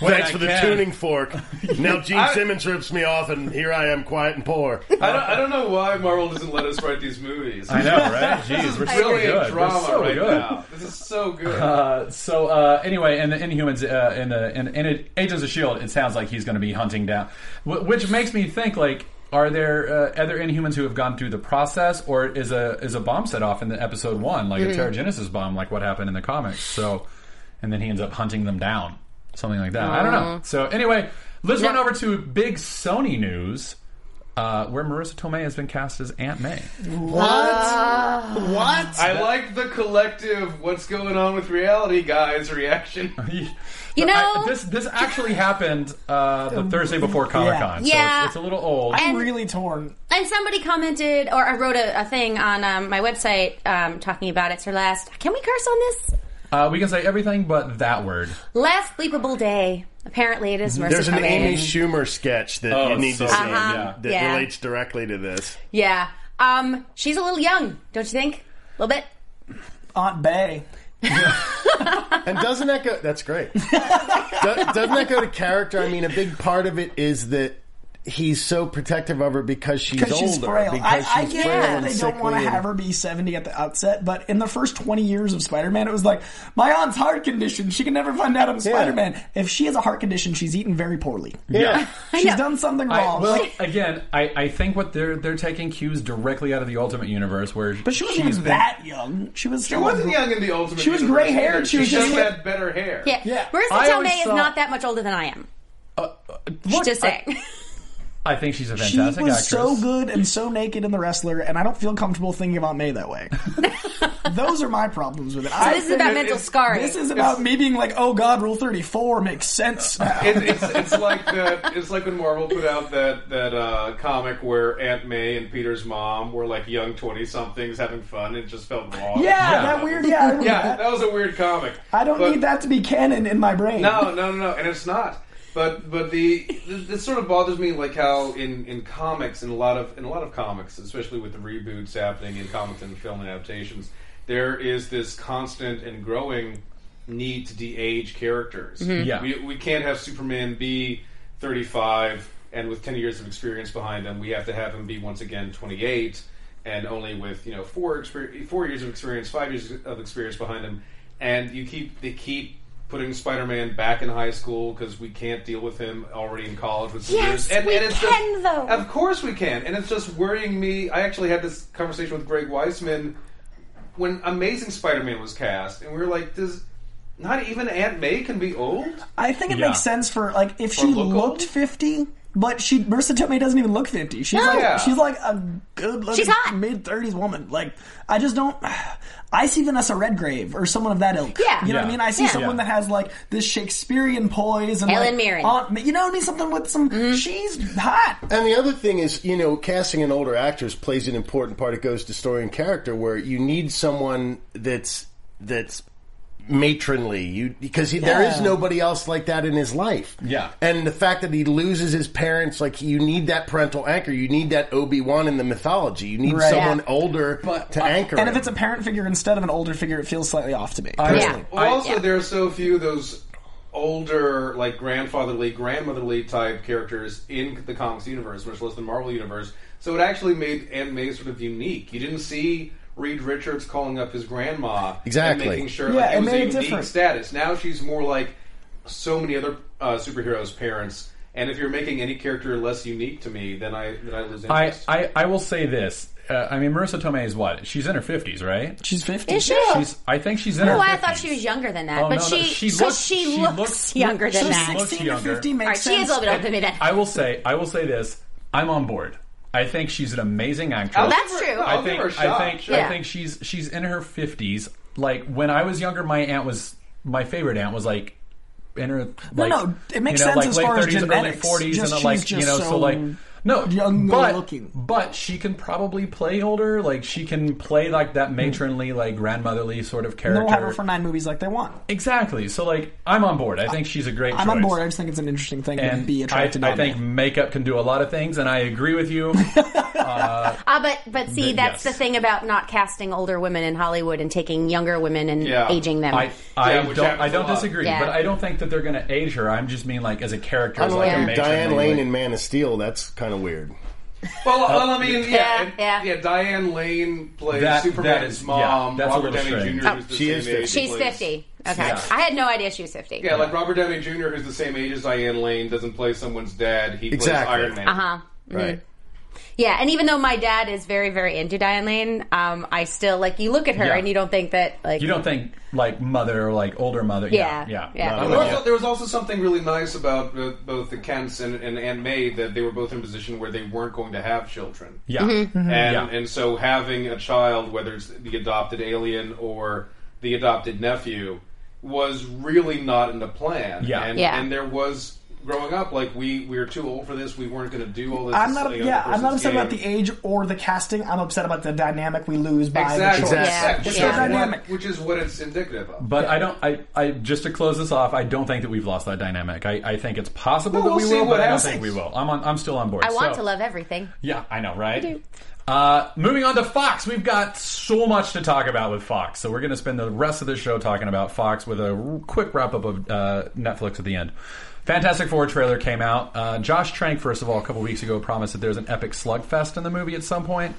Thanks
I
for the
can. <laughs>
tuning fork. Now Gene
I-
Simmons rips me off, and here I am, quiet and poor.
I don't, I don't know why Marvel doesn't let us write these movies.
I know,
<laughs>
right? Jeez,
This is
we're so
brilliant
good.
drama
we're so
right
good.
<laughs>
now. This is so good.
Uh, so uh, anyway, in the Inhumans, uh, in the in, in it- Agents of Shield, E it sounds like he's going to be hunting down, wh- which makes me think like. Are there uh, other Inhumans who have gone through the process, or is a is a bomb set off in the episode one, like a pterogenesis bomb, like what happened in the comics? So, and then he ends up hunting them down, something like that. I don't know. So anyway, let's run over to big Sony news, uh, where Marissa Tomei has been cast as Aunt May.
What?
I like the collective "What's going on with reality?"
<laughs>
guys reaction.
You
But I-
know-
this this actually happened uh,
Um,
the Thursday before Comic Con. so
Yeah.
it's, it's a little old.
I'm
And-
really torn.
And somebody commented, or I wrote a, a thing on um, my website um, talking about it's her last. Can we curse on this?
Uh, we can say everything but that word.
Last bleepable day. Apparently, it
Mhm.
is Marissa
There's an
Tomei.
Amy Schumer sketch that
Oh,
you need
so
to see
good, yeah.
that
Yeah.
relates directly to this.
yeah. Um, she's a little young, don't you think? A little bit.
Aunt Bay.
And doesn't that go? That's great. Do, doesn't that go to character? I mean, a big part of it is that he's so protective of her because she's
Because
older.
she's frail.
Because
I, I
she's
get
frail
that
and
they don't
sickly
want to
and-
have her be 70 at the outset, but in the first 20 years of Spider Man, it was like, my aunt's heart condition. She can never find out I'm Spider Man. If she has a heart condition, she's eaten very poorly.
Yeah.
She's done something
I,
wrong.
well,
<laughs>
again, I, I think what they're they're taking cues directly out of the Ultimate Universe, where
but she wasn't
she's
even
been-
that young. She was.
She wasn't young in the ultimate.
She was
Universe
gray haired.
either.
She was just.
should have had better hair.
Yeah.
Yeah.
Marissa
I always
Tomei is
thought-
not that much older than I am.
Look,
Just
I-
saying.
I, think she's a
She
fantastic
was
actress.
so good and so naked in the wrestler, and I don't feel comfortable thinking about May that way. Those are my problems with it. I
<laughs> this is about
think
mental
it's-
scarring.
This is about me being like, oh god, Rule Thirty Four makes sense now.
It, it's, it's like that. It's like when Marvel put out that that uh, comic where Aunt May and Peter's mom were like young twenty somethings having fun. It just felt
<laughs>
wrong.
yeah, that weird. Yeah, I remember
Yeah,
that.
that was a weird comic.
I don't
But-
need that to be canon in my brain.
No, no, no, no, and it's not. But but the this sort of bothers me, like how in, in comics, in a lot of in a lot of comics, especially with the reboots happening in comics and film adaptations, there is this constant and growing need to de-age characters.
Yeah.
we, we can't have Superman be thirty five and with ten years of experience behind him. We have to have him be once again twenty eight and only with you know four exper- four years of experience, five years of experience behind him, and you keep they keep putting Spider-Man back in high school because we can't deal with him already in college with some
Yes,
years. And,
we
and it's
can,
just,
though.
Of course we can, and it's just worrying me. I actually had this conversation with Greg Weisman when Amazing Spider-Man was cast, and we were like, "Does not even Aunt May can be old?"
I think it
Yeah.
makes sense for like if she
look old?
looked fifty. But she, Marissa Tomei doesn't even look fifty. She's like,
Yeah.
she's like a good-looking
She's hot.
mid thirties woman. Like, I just don't. I see Vanessa Redgrave or someone of that ilk.
Yeah.
you know what
Yeah.
I mean. I see
Yeah.
someone
Yeah.
that has like this Shakespearean poise and
Helen
like,
Mirren. Mm-hmm.
Aunt Ma- you know what I mean? Something with some. She's hot.
And the other thing is, you know, casting an older actress plays an important part. It goes to story and character, where you need someone that's that's matronly. You because he, there is
Yeah.
nobody else like that in his life.
Yeah.
and the fact that he loses his parents, like you need that parental anchor. You need that Obi Wan in the mythology. You need
Right. uh,
someone
Yeah.
older to anchor.
And
him.
if it's a parent figure instead of an older figure, it feels slightly off to me.
I-
Yeah.
Well, also,
yeah.
there are so few of those older, like grandfatherly, grandmotherly type characters in the comics universe, much less the Marvel universe. So it actually made Aunt May sort of unique. You didn't see Reed Richards calling up his grandma
Exactly.
and making sure
Yeah,
like,
it
it was
made
a
it
unique
different.
status. Now she's more like so many other uh, superheroes' parents. And if you're making any character less unique to me, then I then I lose
I,
interest.
I, I will say this. Uh, I mean, Marissa Tomei is what? She's in her 50s, right?
She's 50.
Is she?
She's, I think she's in her
Oh,
50s.
I thought she was younger than that,
Oh,
but
no, no,
she
she
'cause
looks-
she
she
looks
looks-
younger than
she
that.
looks-
16
younger.
to 50 makes
All right, she is a little bit older than me then.
I will say, I will say this. I'm on board. I think she's an amazing actress.
Oh, that's true.
<laughs> I'll
I think,
give her a shot.
I think,
sure.
Yeah.
I think she's she's in her 50s. Like when I was younger, my aunt was my favorite aunt was like in her. Like,
no, it makes
you know,
sense
like
as
late
far as
30s,
genetics.
early 40s,
Just
and
she's
like you
just
know, so,
so
like no,
young
but
looking.
but she can probably play older. Like she can play like that matronly, like grandmotherly sort of
And
character.
They'll Hmm. have her for nine movies like they want.
Exactly. So like, I'm on board. I think she's a great.
I'm on
choice.
board. I just think it's an interesting thing to
And
be attracted
I,
to.
I think makeup can do a lot of things, and I agree with
<laughs>
you.
Ah, but but see,
But yes.
that's the thing about not casting older women in Hollywood and taking younger women and
Yeah.
aging them.
I, I
Yeah, which
don't,
happens
I
a
don't
lot.
disagree,
Yeah.
but I don't think that they're going to age her. I'm just mean like as a character,
I'm
as like
like
a
Yeah.
your
matron,
Diane Lane
like-
in Man of Steel. That's kind of weird.
Well, well, I mean,
Yeah,
yeah, and-
yeah.
yeah, Diane Lane plays
That-
Superman's
that is-
mom.
yeah, that's a
Robert
little
Downey
strange.
Jr. who's the
She
same
is
age
50.
She's
plays-
fifty. Okay,
Yeah.
I had no idea she was fifty.
Yeah, like Robert Downey Jr., who's the same age as Diane Lane, doesn't play someone's dad. He
Exactly.
plays Iron Man.
Uh-huh.
Right.
Yeah, and even though my dad is very, very into Diane Lane, um, I still like you look at her
Yeah.
and you don't think that like
You don't think like mother or like older mother?
Yeah,
Yeah, yeah.
yeah.
I'm with
There was,
you.
also, there was also something really nice about uh, both the Kents and, and Aunt May that they were both in a position where they weren't going to have children.
Yeah.
Mm-hmm.
Mm-hmm.
And,
Yeah.
and so having a child, whether it's the adopted alien or the adopted nephew, was really not in the plan.
Yeah.
And,
Yeah.
and there was, growing up, like, we, we were too old for this. We weren't going to do all this.
I'm
This is
not.
the other
Yeah, I'm not
person's
upset about
game.
the age or the casting. I'm upset about the dynamic we lose by
Exactly.
the choice.
Yeah.
Which,
Yeah.
Is
Dynamic.
what, which is what it's indicative of.
But I don't. I, I just to close this off. I don't think that we've lost that dynamic. I, I think it's possible
Well,
that
we'll
we
see
will,
what
but I don't
happens.
think we will. I'm on. I'm still on board.
I want
So-
to love everything.
Yeah, I know, right? Uh, moving on to Fox, we've got so much to talk about with Fox, so we're going to spend the rest of the show talking about Fox with a r- quick wrap up of uh, Netflix at the end. Fantastic Four trailer came out. Uh, Josh Trank, first of all, a couple weeks ago promised that there's an epic slugfest in the movie at some point.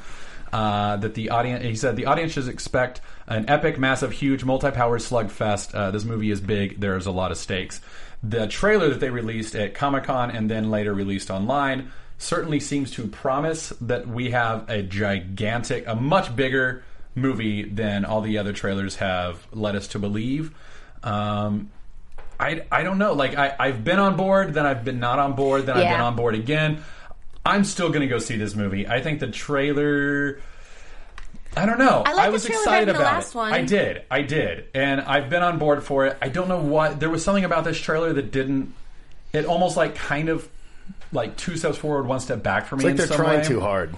Uh, that the audience, he said, the audience should expect an epic, massive, huge, multi-powered slugfest. Uh, this movie is big. There's a lot of stakes. The trailer that they released at Comic Con and then later released online certainly seems to promise that we have a gigantic, a much bigger movie than all the other trailers have led us to believe. Um, I, I don't know. Like, I, I've been on board, then I've been not on board, then I've
Yeah.
been on board again. I'm still going to go see this movie. I think the trailer. I don't know.
I liked the
was
trailer
excited
better than the
about
last
it.
one.
I did. I did. And I've been on board for it. I don't know what. There was something about this trailer that didn't. It almost like kind of like two steps forward, one step back for me.
It's like
in
they're
some
trying
way.
too hard.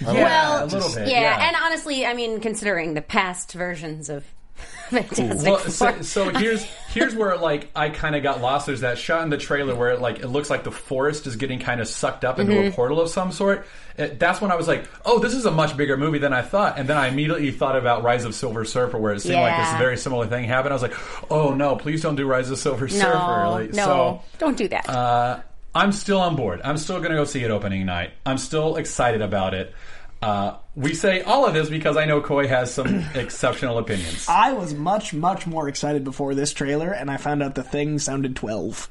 Yeah, a little bit.
yeah, and honestly, I mean, considering the past versions of <laughs> Fantastic
well,
Four,
so,
<laughs>
so here's here's where like I kind of got lost. There's that shot in the trailer where like it looks like the forest is getting kind of sucked up into a
Mm-hmm.
portal of some sort. It, that's when I was like, oh, this is a much bigger movie than I thought. And then I immediately thought about Rise of Silver Surfer, where it seemed like this
Yeah.
very similar thing happened. I was like, oh no, please don't do Rise of Silver
no,
Surfer. Like,
no,
so,
don't do that.
uh, I'm still on board. I'm still going to go see it opening night. I'm still excited about it. Uh, we say all of this because I know Coy has
<coughs>
some exceptional opinions.
I was much, much more excited before this trailer, and I found out the thing sounded twelve.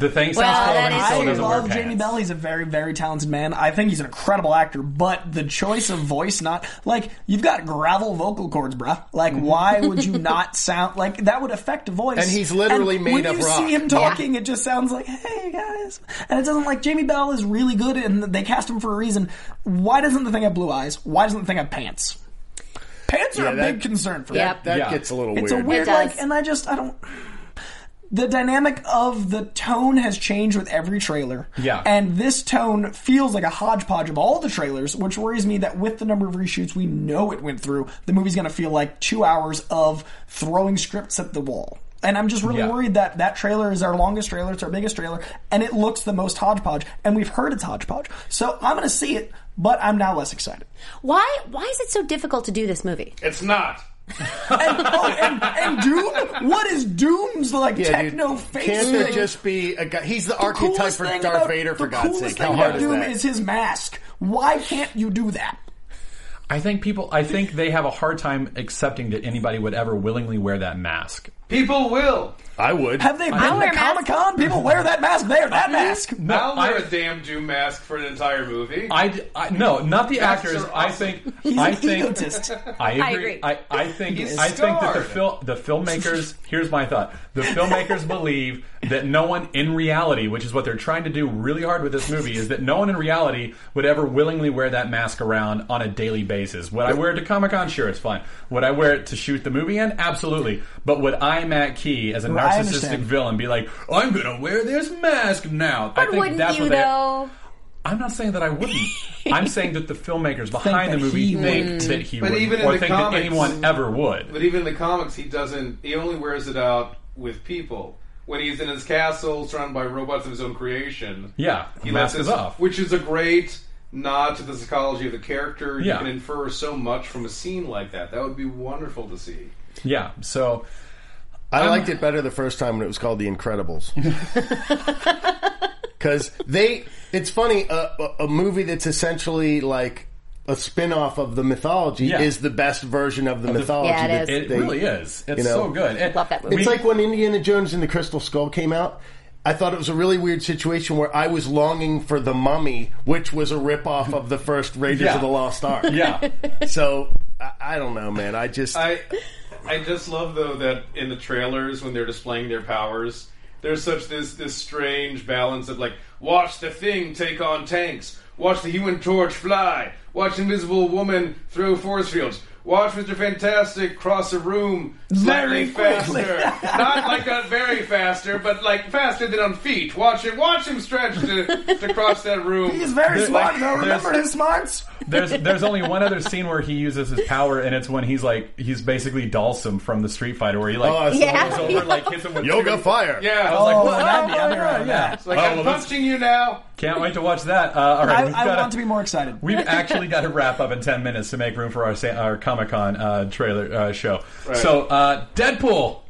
The thing sounds
Well,
cool
that
when he
is
still
I
doesn't wear
love
pants.
Jamie Bell. He's a very, very talented man. I think he's an incredible actor, but the choice of voice, not like you've got gravel vocal cords, bruh. Like, why would
<laughs>
you not sound like that? Would affect voice.
Mm-hmm. And he's literally made
when
of
you
rock.
see him talking, it just sounds like, "Hey guys," and it doesn't. Like Jamie Bell is really good, and they cast him for a reason. Why doesn't the thing have blue eyes? Why doesn't the thing have pants? Pants are
Yeah,
a
that-
big concern for me.
yep.
That
Yeah.
gets a little
It's
weird.
a weird
It does.
like, and I just I don't. The dynamic of the tone has changed with every trailer.
Yeah.
And this tone feels like a hodgepodge of all the trailers, which worries me that with the number of reshoots we know it went through, the movie's going to feel like two hours of throwing scripts at the wall. And I'm just really
Yeah.
worried that that trailer is our longest trailer, it's our biggest trailer, and it looks the most hodgepodge. And we've heard it's hodgepodge. So I'm going to see it, but I'm now less excited.
why? Why is it so difficult to do this movie?
It's not.
and, oh, and, and Doom? What is Doom's like
Yeah, dude.
techno face?
Can't there
thing?
just be a guy? He's the,
coolest
archetype for
thing
Darth
about-
Vader, for
the
God's
coolest
sake.
thing
How hard
about
is
Doom
that?
is his mask. Why can't you do that?
I think people. I think they have a hard time accepting that anybody would ever willingly wear that mask.
People will.
I would.
Have they been
wear
to
a mask.
Comic Con? People wear that mask. They are that mask.
No,
I'll wear
I-
a damn Doom mask for an entire movie.
I, I- no, not the
Masks
actors.
are
I
awesome.
think
He's
I
an
think
egotist.
I agree. I,
agree.
I, think
He's
I think that the
scarred.
fil- the filmmakers. here's my thought: the
<laughs>
filmmakers believe that no one in reality, which is what they're trying to do really hard with this movie, is that no one in reality would ever willingly wear that mask around on a daily basis. Would I wear it to Comic Con? Sure, it's fine. Would I wear it to shoot the movie in? Absolutely. But would I, Matt Key, as a
I
narcissistic
understand.
villain, be like, "I'm going to wear this mask now"? I
But
think
wouldn't
that's
you
what they-
though?
I'm not saying that I wouldn't. I'm saying that the filmmakers behind the
that
movie
he
think that he
But
would,
even in
or
the
think
comics-
that anyone ever would.
But even in the comics, he doesn't. He only wears it out with people. When he's in his castle, surrounded by robots of his own creation,
yeah, the
he
mask
lets
is
his-
off.
which is a great nod to the psychology of the character.
Yeah.
You can infer so much from a scene like that. That would be wonderful to see.
yeah, so
I liked it better the first time when it was called The Incredibles. Because they, it's funny, a, a- a movie that's essentially like a spin off of the mythology
Yeah.
is the best version of the mythology.
Yeah, it is.
that
it
they-
really is. It's
you know,
so good. It-
Love that movie.
It's
we-
like when Indiana Jones and the Crystal Skull came out. I thought it was a really weird situation where I was longing for the Mummy, which was a ripoff of the first Raiders
Yeah.
of the Lost Ark.
yeah,
So I, I don't know, man. I just
I I just love though that in the trailers when they're displaying their powers, there's such this this strange balance of like watch the thing take on tanks, watch the human torch fly, watch Invisible Woman throw force fields. Watch Mr. Fantastic cross a room slightly
Very quickly.
faster. Not like not very faster, but like faster than on feet. Watch it watch him stretch to, to cross that room.
He's very smart though.
there's-
Remember his smarts?
there's there's only one other scene where he uses his power, and it's when he's like he's basically Dalsum from the Street Fighter, where he like
Oh, I saw
Yeah.
goes over like hits him with
yoga
two-
fire.
yeah.
I was like,
Oh,
what? Oh
that'd be- I'd
my
be
God,
around
yeah.
that.
like
Oh,
I'm
well, that's-
punching you now.
Can't wait to watch that. Uh, all right,
I,
we've
I
gotta-
want to be more excited.
We've actually got to wrap up in 10 minutes to make room for our, sa- our Comic Con uh, trailer uh, show.
Right.
So, uh, Deadpool.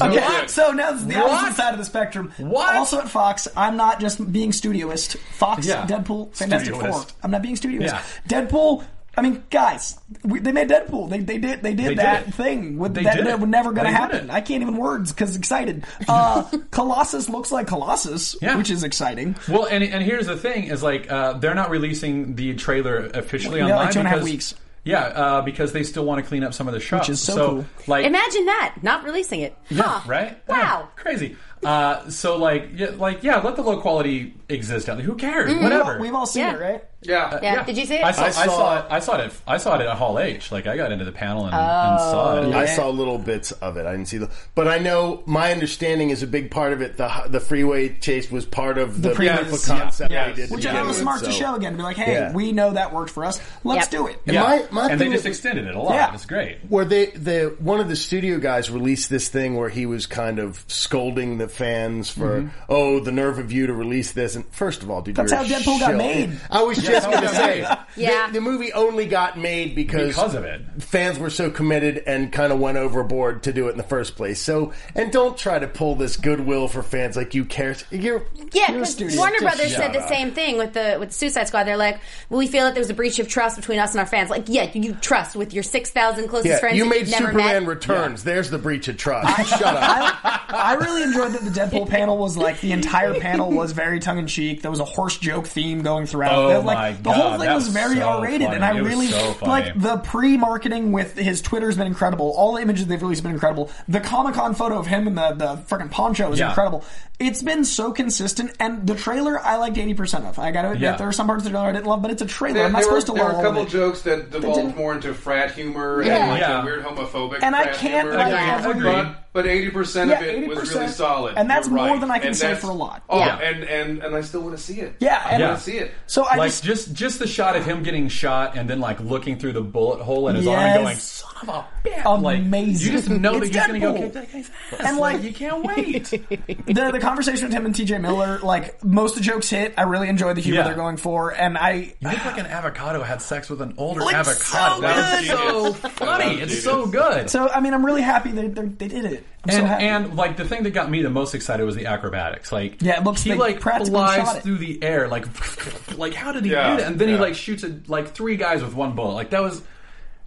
Okay,
What?
so now it's the
What?
opposite side of the spectrum.
What?
Also at Fox, I'm not just being studioist. Fox,
Yeah.
Deadpool, Fantastic Four.
Studioist.
I'm not being studioist.
Yeah.
Deadpool. I mean, guys, we, they made Deadpool. They, they did they did
They did
that
it.
thing with
They
that,
did
that
it.
was never going
They did
to happen.
it.
I can't even words because excited.
<laughs>
Uh, Colossus looks like Colossus,
Yeah.
which is exciting.
Well, and, and here's the thing is like, uh, they're not releasing the trailer officially
Yeah, like
online.
two and a half
because,
weeks.
Yeah, uh, because they still want to clean up some of the shots.
is so cool.
Like,
Imagine that, not releasing it. Huh.
right? Yeah,
Wow.
crazy. Uh, so, like, yeah, like, yeah, let the low quality exist. Who cares? Whatever.
We've all seen
Yeah.
it, right?
Yeah.
Yeah. Did you see it?
I saw, I, saw,
saw-
it. I saw it. At, I saw it at Hall H. Like I got into the panel and, and saw
Oh,
it.
I saw little bits of it. I didn't see the, but I know my understanding is a big part of it. The the freeway chase was part of the,
previous-
proof of concept
yeah.
they did. to
Which I
begin
thought was
with,
smart
so-
to show again. Be like, hey,
Yeah.
we know that worked for us. Let's
Yep.
do it.
Yeah.
My- my
and they
thing
just
is-
extended it a lot.
Yeah.
It's great.
Where they the one of the studio guys released this thing where he was kind of scolding the fans for oh the nerve of you to release this and first of all dude
That's
you're
how
a
Deadpool got
shill.
made.
I was just gonna
got
say
made.
the-
Yeah.
the, movie only got made because
Because of it.
fans were so committed and kind of went overboard to do it in the first place so and don't try to pull this goodwill for fans like you care you're
Yeah,
You're a
'cause
student.
Warner
Just
Brothers
shut
said the
up.
same thing with the with Suicide Squad. They're like, "Well, we feel that there was a breach of trust between us and our fans." Like, yeah, you trust with your six thousand closest
yeah,
friends.
you
that
made
you've never
Superman
met.
Returns. There's the breach
<laughs>
of trust. Shut up.
I, I really enjoyed that the Deadpool panel was like the entire panel was very tongue in cheek. There was a horse joke theme going throughout.
Oh
That, like,
my
the whole
God,
thing
that
was
was
very
so
R-rated, and I
funny. It was
really
so funny.
like the pre-marketing with his Twitter's been incredible. All the images they've released have been incredible. The Comic Con photo of him in the the freaking poncho is
Yeah.
incredible. It's been so consistent, and the trailer I liked eighty percent of. I got to admit,
Yeah.
there are some parts of the trailer I didn't love, but it's a trailer.
There,
I'm not
there were,
supposed to love
there were
all
a
of
couple
it.
jokes that devolved
didn't-
more into frat humor
Yeah.
and like
Yeah.
a weird homopophic
And I
frat
can't,
humor.
like,
Yeah.
ever-
But, but eighty percent of
Yeah,
it was
80%.
really solid,
And that's
You're
more
right.
than I can
And
say
that's-
for a lot.
Oh,
Yeah.
and and and I still want to see it.
Yeah,
I
and-
want to see it.
So I
like
just
just just the shot of him getting shot and then like looking through the bullet hole in his
Yes.
arm, going son of a bitch. Like,
Amazing.
you just know that
It's
he's gonna go
Deadpool.
kick that guy's ass.
And, like-
you can't wait.
the the conversation with him and TJ Miller, like most of the jokes hit. I really enjoyed the humor
Yeah.
they're going for, and I
You look like an avocado had sex with an older
Like,
avocado.
so
That's
good.
so funny.
That's
It's so good.
so I mean I'm really happy they they, they did it. I'm so
and,
happy.
and like the thing that got me the most excited was the acrobatics. Like
Yeah, it looks
he
like
like
practically shot
flies
it.
through the air. Like <laughs> like how did he
Yeah,
do that? And then
yeah.
he like shoots a, like three guys with one bullet. Like that was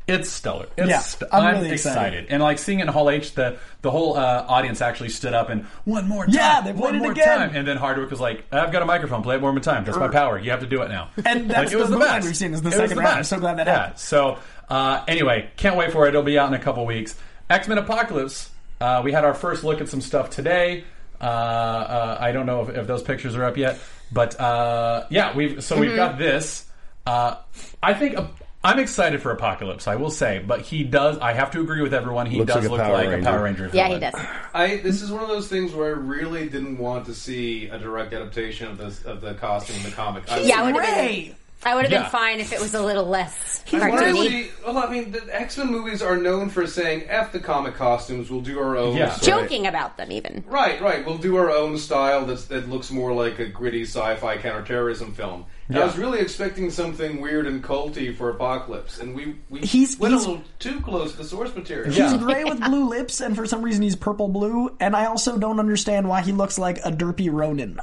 it's stellar. It's
Yeah,
st-
I'm
I'm,
really excited.
excited. And like seeing in Hall H the the whole uh, audience actually stood up and one more time.
Yeah, they played
one
it
more
again.
time. And then Hardwick was like, I've got a microphone, play it one more time. That's my power. You have to do it now.
And that's
like, it was
the
the,
bootleg
best.
we've seen is the
It was
second round. I'm
best.
so glad that
Yeah.
happened.
So uh, anyway, can't wait for it. It'll be out in a couple weeks. X Men Apocalypse. Uh, we had our first look at some stuff today. Uh, uh, I don't know if, if those pictures are up yet, but uh, yeah, we've so
Mm-hmm.
we've got this. Uh, I think uh, I'm excited for Apocalypse. I will say, but he does. I have to agree with everyone. He
Looks
does
like a
look
Power
like
Ranger.
a Power Ranger.
Yeah, he
villain.
does.
I this is one of those things where I really didn't want to see a direct adaptation of the of the costume in the comic. I
Yeah, I
really
would have been.
Ray!
I would have
Yeah.
been fine if it was a little less
I wanted to
cartoony.
see- well, I mean, the X Men movies are known for saying "f the comic costumes." We'll do our own.
Yeah.
sort of-
Joking about them, even.
Right, right. We'll do our own style that's, that looks more like a gritty sci-fi counterterrorism film. And I
Yeah.
was really expecting something weird and culty for Apocalypse, and we we
He's-
went
he's-
a little too close to the source material.
Yeah.
He's gray with blue lips, and for some reason he's purple blue. And I also don't understand why he looks like a derpy Ronin.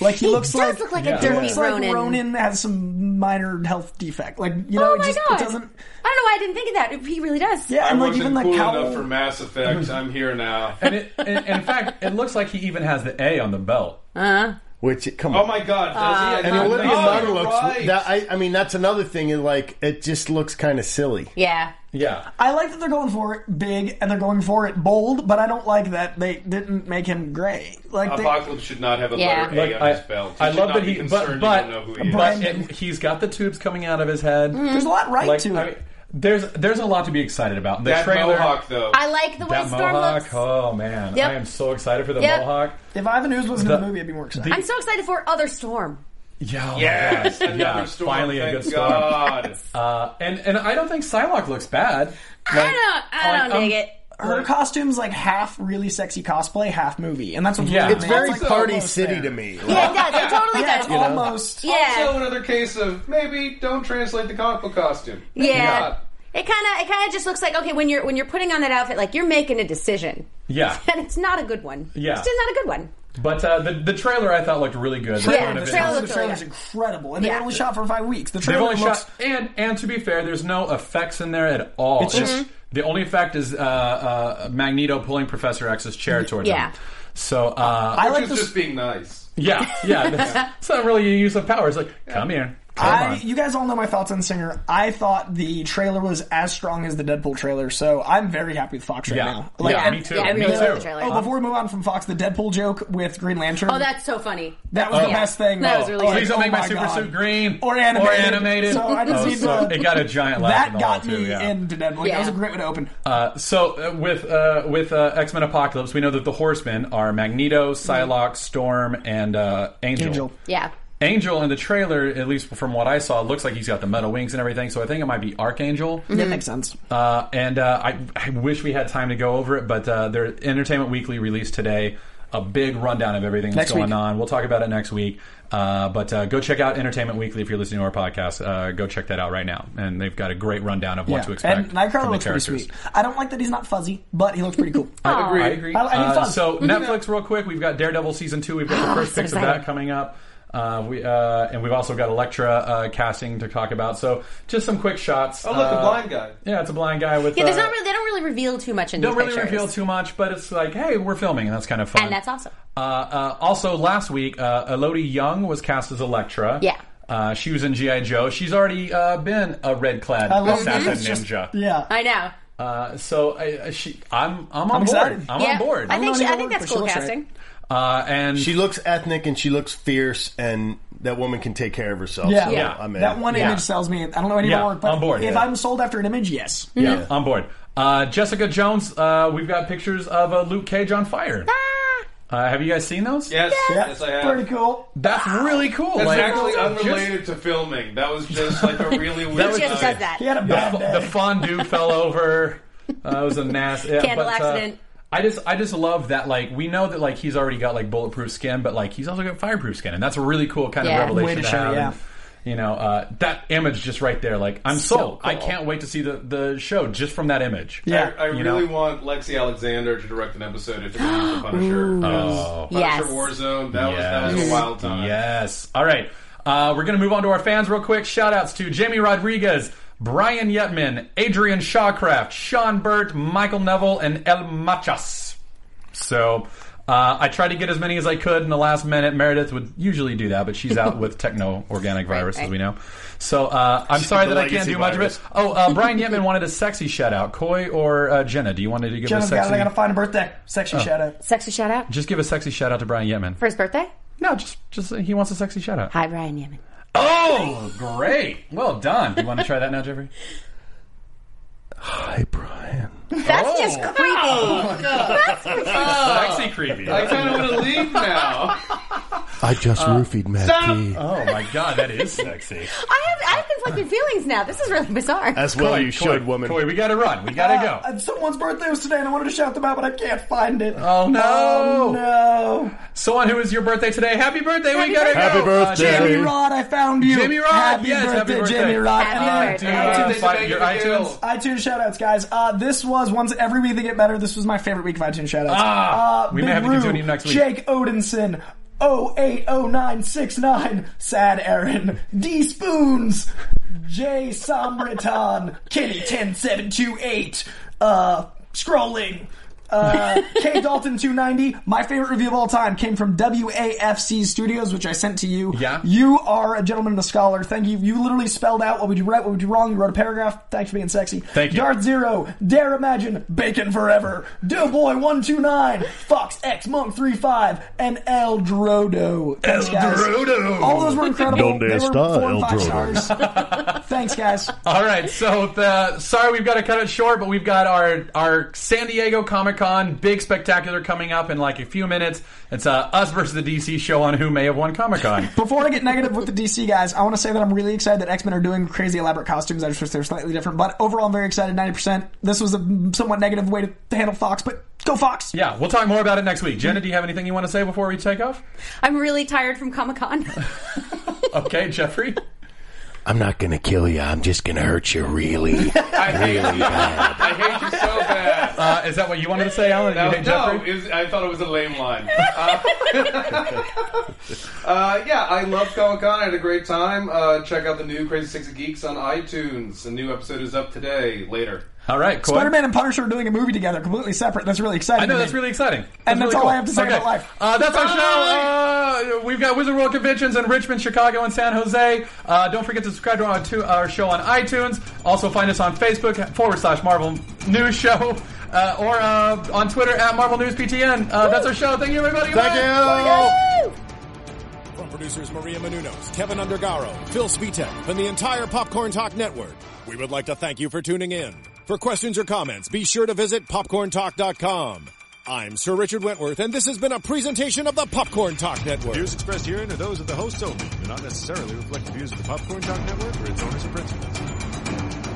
Like he,
He
looks
does
like
look like a
he
derpy
looks
Ronin.
Like Ronin has some minor health defect. Like you know,
Oh
it
my
just
god!
it doesn't.
I don't know why I didn't think of that. He really does.
Yeah,
I
and like
wasn't
even like
cool
cowl.
enough for Mass Effect. I'm here now.
Mm-hmm. <laughs> And it, and, and in fact, it looks like he even has the A on the belt.
Which come
Oh
on.
my God!
Uh,
Does he?
and the Olivia
oh,
Munn
you're
looks.
right.
That, I, I mean, that's another thing. Is like it just looks kind of silly.
Yeah.
Yeah.
I like that they're going for it big and they're going for it bold, but I don't like that they didn't make him gray. Like they,
Apocalypse should not have a
Yeah.
letter
Like,
A on
I,
his belt.
I
should
love
not
that
be
he, but
concerned
but,
you don't know who he is.
but it- he's got the tubes coming out of his head.
Mm-hmm.
there's a lot right
Like,
to it.
I mean, there's there's a lot to be excited about. The
that
trailer,
mohawk though.
I like the way
that
Storm
mohawk.
looks.
Oh man,
Yep.
I am so excited for the
Yep.
mohawk.
if Ivan Ooze was in the,
the-
movie, I'd be more excited.
I'm so excited for other Storm.
Yeah, oh my
yes,
God.
another
yeah.
storm.
Finally,
thank
a good storm.
God.
Uh, and and I don't think Psylocke looks bad.
I don't. I don't
like,
dig
um,
it.
Her costume's like half really sexy cosplay, half movie, and that's what
Yeah.
weird to
It's
me.
Very
like
Party
almost
City
there.
to me.
Yeah, it does. It totally
<laughs> Yeah,
does.
it's almost.
Yeah.
Also, another case of maybe don't translate the comic book costume. Maybe
Yeah.
not.
It kind of it kind of just looks like okay when you're when you're putting on that outfit like you're making a decision
Yeah,
<laughs> and it's not a good one.
Yeah.
it's just not a good one.
but uh, the the trailer I thought looked really good. The
Yeah,
front of
the
it
trailer
was-
The
looks
trailer's
really
incredible, and they
Yeah.
only shot for five weeks. The
They've
trailer
only
looks
shot and and to be fair, there's no effects in there at all. It's
just-
the only effect is uh, uh, Magneto pulling Professor X's chair towards
Yeah.
him. So uh,
I
Which
like
is
this.
just being nice.
yeah, yeah,
<laughs>
that's, it's not really a use of power. It's like come here, come
I,
on.
you guys all know my thoughts on Singer. I thought the trailer was as strong as the Deadpool trailer, so I'm very happy with Fox right
Yeah.
now.
Yeah, me too.
Yeah, I
Me
really
too.
love the trailer.
Oh, before we move on from Fox, the Deadpool joke with Green Lantern.
Oh, that's so funny.
that was the
Yeah.
best thing.
That
though.
was really
Oh,
good.
Please don't
oh
make my, super
God.
suit green
Or animated.
Or animated.
So I just
Oh,
need
so
to-
it got a giant laugh. in
That
the
got
hall, too,
me
yeah.
into Deadpool. That
Yeah.
was a great way to open.
Uh, so uh, with uh, with uh, X Men Apocalypse, we know that the Horsemen are Magneto, Psylocke, Storm, and uh,
Mm-hmm. Angel.
Yeah,
Angel in the trailer, at least from what I saw, looks like he's got the metal wings and everything. So I think it might be Archangel.
That makes sense.
Uh, and uh, I, I wish we had time to go over it, but uh, their Entertainment Weekly released today a big rundown of everything that's
Next
going
week.
on. We'll talk about it next week. Uh, but uh, go check out Entertainment Weekly if you're listening to our podcast. Uh, go check that out right now, and they've got a great rundown of what to expect.
And
from
Nightcrawler
the
looks pretty
characters.
sweet. I don't like that he's not fuzzy, but he looks pretty cool.
<laughs> I agree.
I- I mean,
Uh,
fun.
so Netflix, real quick, we've got Daredevil season two. We've
<gasps>
got the first
Mm-hmm. so
picks of
excited.
that coming up. Uh, we uh, and we've also got Elektra uh, casting to talk about. So just some quick shots.
Oh, look,
uh,
the blind guy.
Yeah, it's a blind guy with.
yeah. There's
uh,
not really they don't really reveal too much in
don't
these
really
pictures.
reveal too much, but it's like, hey, we're filming, and that's kind of fun.
And that's awesome.
Uh, uh, also, last week, uh, Elodie Young was cast as Elektra.
Yeah.
Uh, she was in G.I. Joe. She's already uh, been a red clad
I love
assassin
it's just-
ninja.
Yeah.
I know.
Uh, so I, I- she, I'm, I'm on board.
excited.
I'm
yeah,
on board.
I think
know
she, I
any word,
think that's
but she
cool
looks
casting.
uh, and
She looks ethnic and she looks fierce, and that woman can take care of herself.
Yeah.
so
Yeah.
I'm in.
That one
Yeah.
image sells me. I don't know any
Yeah,
more, but
on board,
if
yeah.
I'm sold after an image, yes.
yeah, on board. Uh, Jessica Jones, uh, we've got pictures of uh, Luke Cage on fire.
Ah.
Uh, have you guys seen those?
Yes,
Yeah,
yes, I have.
pretty cool.
That's really cool.
That's
like,
actually
just-
unrelated to filming. That was just like a really weird.
He just
time.
does that.
He had a bad day.
the
<laughs>
fondue fell over. Uh, it was a mess. Yeah,
Candle
but, uh,
accident.
I just, I just love that. Like, we know that like he's already got like bulletproof skin, but like he's also got fireproof skin, and that's a really cool kind
Yeah.
of revelation
Way to
to,
show,
have.
yeah.
And, You know, uh, that image just right there. Like, I'm
So
sold. I
cool.
can't wait to see the the show just from that image.
yeah.
I, I
you
really
know.
want Lexi Alexander to direct an episode if they're going to use the Punisher. Because
Yes.
Punisher Warzone, that was that was a wild time.
Oh. Yes. All right. Uh, we're going to move on to our fans real quick. Shout outs to Jamie Rodriguez, Brian Yetman, Adrian Shawcraft, Sean Burt, Michael Neville, and El Machas. So uh, I tried to get as many as I could in the last minute. Meredith would usually do that, but she's out with techno organic virus, as
right.
we know. So uh, I'm sorry
the
that I can't
legacy
do much of it.
virus.
Oh, uh, Brian Yetman wanted a sexy shout out. Coy or uh, Jenna, do you want to give a
Jenna's got
sexy? Oh.
it. I gotta find a birthday section shout out.
Sexy shout out
just give a sexy shout out to Brian Yetman.
for his birthday.
No, just just he wants a sexy shout out.
Hi, Brian Yemen.
Oh, great. Well done. You want to try that now, Jeffrey?
Hi, Brian.
That's
Oh.
just creepy.
Sexy creepy.
I kind of <laughs> want to
<laughs>
leave now.
I just
Uh,
roofied Matt P.
oh my god, that is sexy.
I have I have conflicting feelings now. This is really bizarre.
As well
Oh, Coy,
you should,
Coy,
woman.
Coy, we gotta run. We gotta
Uh,
go.
and someone's birthday was today, and I wanted to shout them out, but I can't find it.
Oh, no.
Oh, no!
Someone who is your birthday today, happy birthday. we gotta
birthday.
go. Uh,
Happy birthday.
Jamie.
Jamie Rod, I found you.
Jamie Rod,
happy
yes, happy
birthday,
birthday.
Jamie Rod. iTunes,
Happy birthday.
Do, uh,
iTunes,
find your
make it a
iTunes.
deal.
iTunes shoutouts, guys. Uh, this was once every week they get better. This was my favorite week of iTunes shoutouts.
Ah,
uh,
we may
Big
have to
Roo,
continue next week.
Jake oh Odinson. 080969 Sad Aaron D Spoons J Sombriton Kitty 10728 uh scrolling uh
<laughs>
K Dalton 290 my favorite review of all time came from WAFC Studios which I sent to you
Yeah.
you are a gentleman and a scholar thank you you literally spelled out what would you right what would you wrong you wrote a paragraph thanks for being sexy
Thank you.
Darth Zero, Dare Imagine, Bacon Forever, Doughboy One Two Nine, Fox X Monk Three Five, and El Drodo. Thanks, guys.
Drodo.
All those were incredible.
Donde
They were
está
four
El
and five
Drodo?
stars. Thanks, guys.
All right, so the, sorry we've got to cut it short, but we've got our our San Diego Comic Con big spectacular coming up in like a few minutes. It's uh, us versus the DC show on who may have won Comic Con.
Before I get negative with the DC guys, I want to say that I'm really excited that X Men are doing crazy elaborate costumes. I just wish they were slightly different, but overall, I'm very excited. Ninety percent. This was a somewhat negative way to handle Fox, but go Fox.
yeah, we'll talk more about it next week. Jenna, do you have anything you want to say before we take off?
I'm really tired from Comic Con. <laughs>
Okay,
<laughs>
Jeffrey.
I'm not gonna kill you. I'm just gonna hurt you really,
I hate
really
you.
bad.
I hate you so bad.
Uh, is that what you wanted to say, Alan?
No,
you hate
no
Jeffrey?
it was, I thought it was a lame line. Uh, <laughs> uh, yeah, I loved Comic Con. I had a great time. Uh, check out the new Crazy Six of Geeks on iTunes. A new episode is up today. Later.
All right, Coy.
Spider Man and Punisher are doing a movie together, completely separate. That's really exciting.
I know
to me.
that's really exciting.
And that's
really
all I have to say about life.
Uh, that's our show. Uh, we've got Wizard World conventions in Richmond, Chicago, and San Jose. Uh, don't forget to subscribe to our, to our show on iTunes. Also find us on Facebook forward slash Marvel News Show uh, or uh, on Twitter at Marvel News PTN. Uh, that's our show. Thank you, everybody.
Thank
Bye.
you.
From producers Maria Menunos, Kevin Undergaro, Phil Svitek, and the entire Popcorn Talk Network, we would like to thank you for tuning in. For questions or comments, be sure to visit popcorntalk.com. I'm Sir Richard Wentworth, and this has been a presentation of the Popcorn Talk Network. Views expressed herein are those of the hosts only, do not necessarily reflect the views of the Popcorn Talk Network or its owners or principals.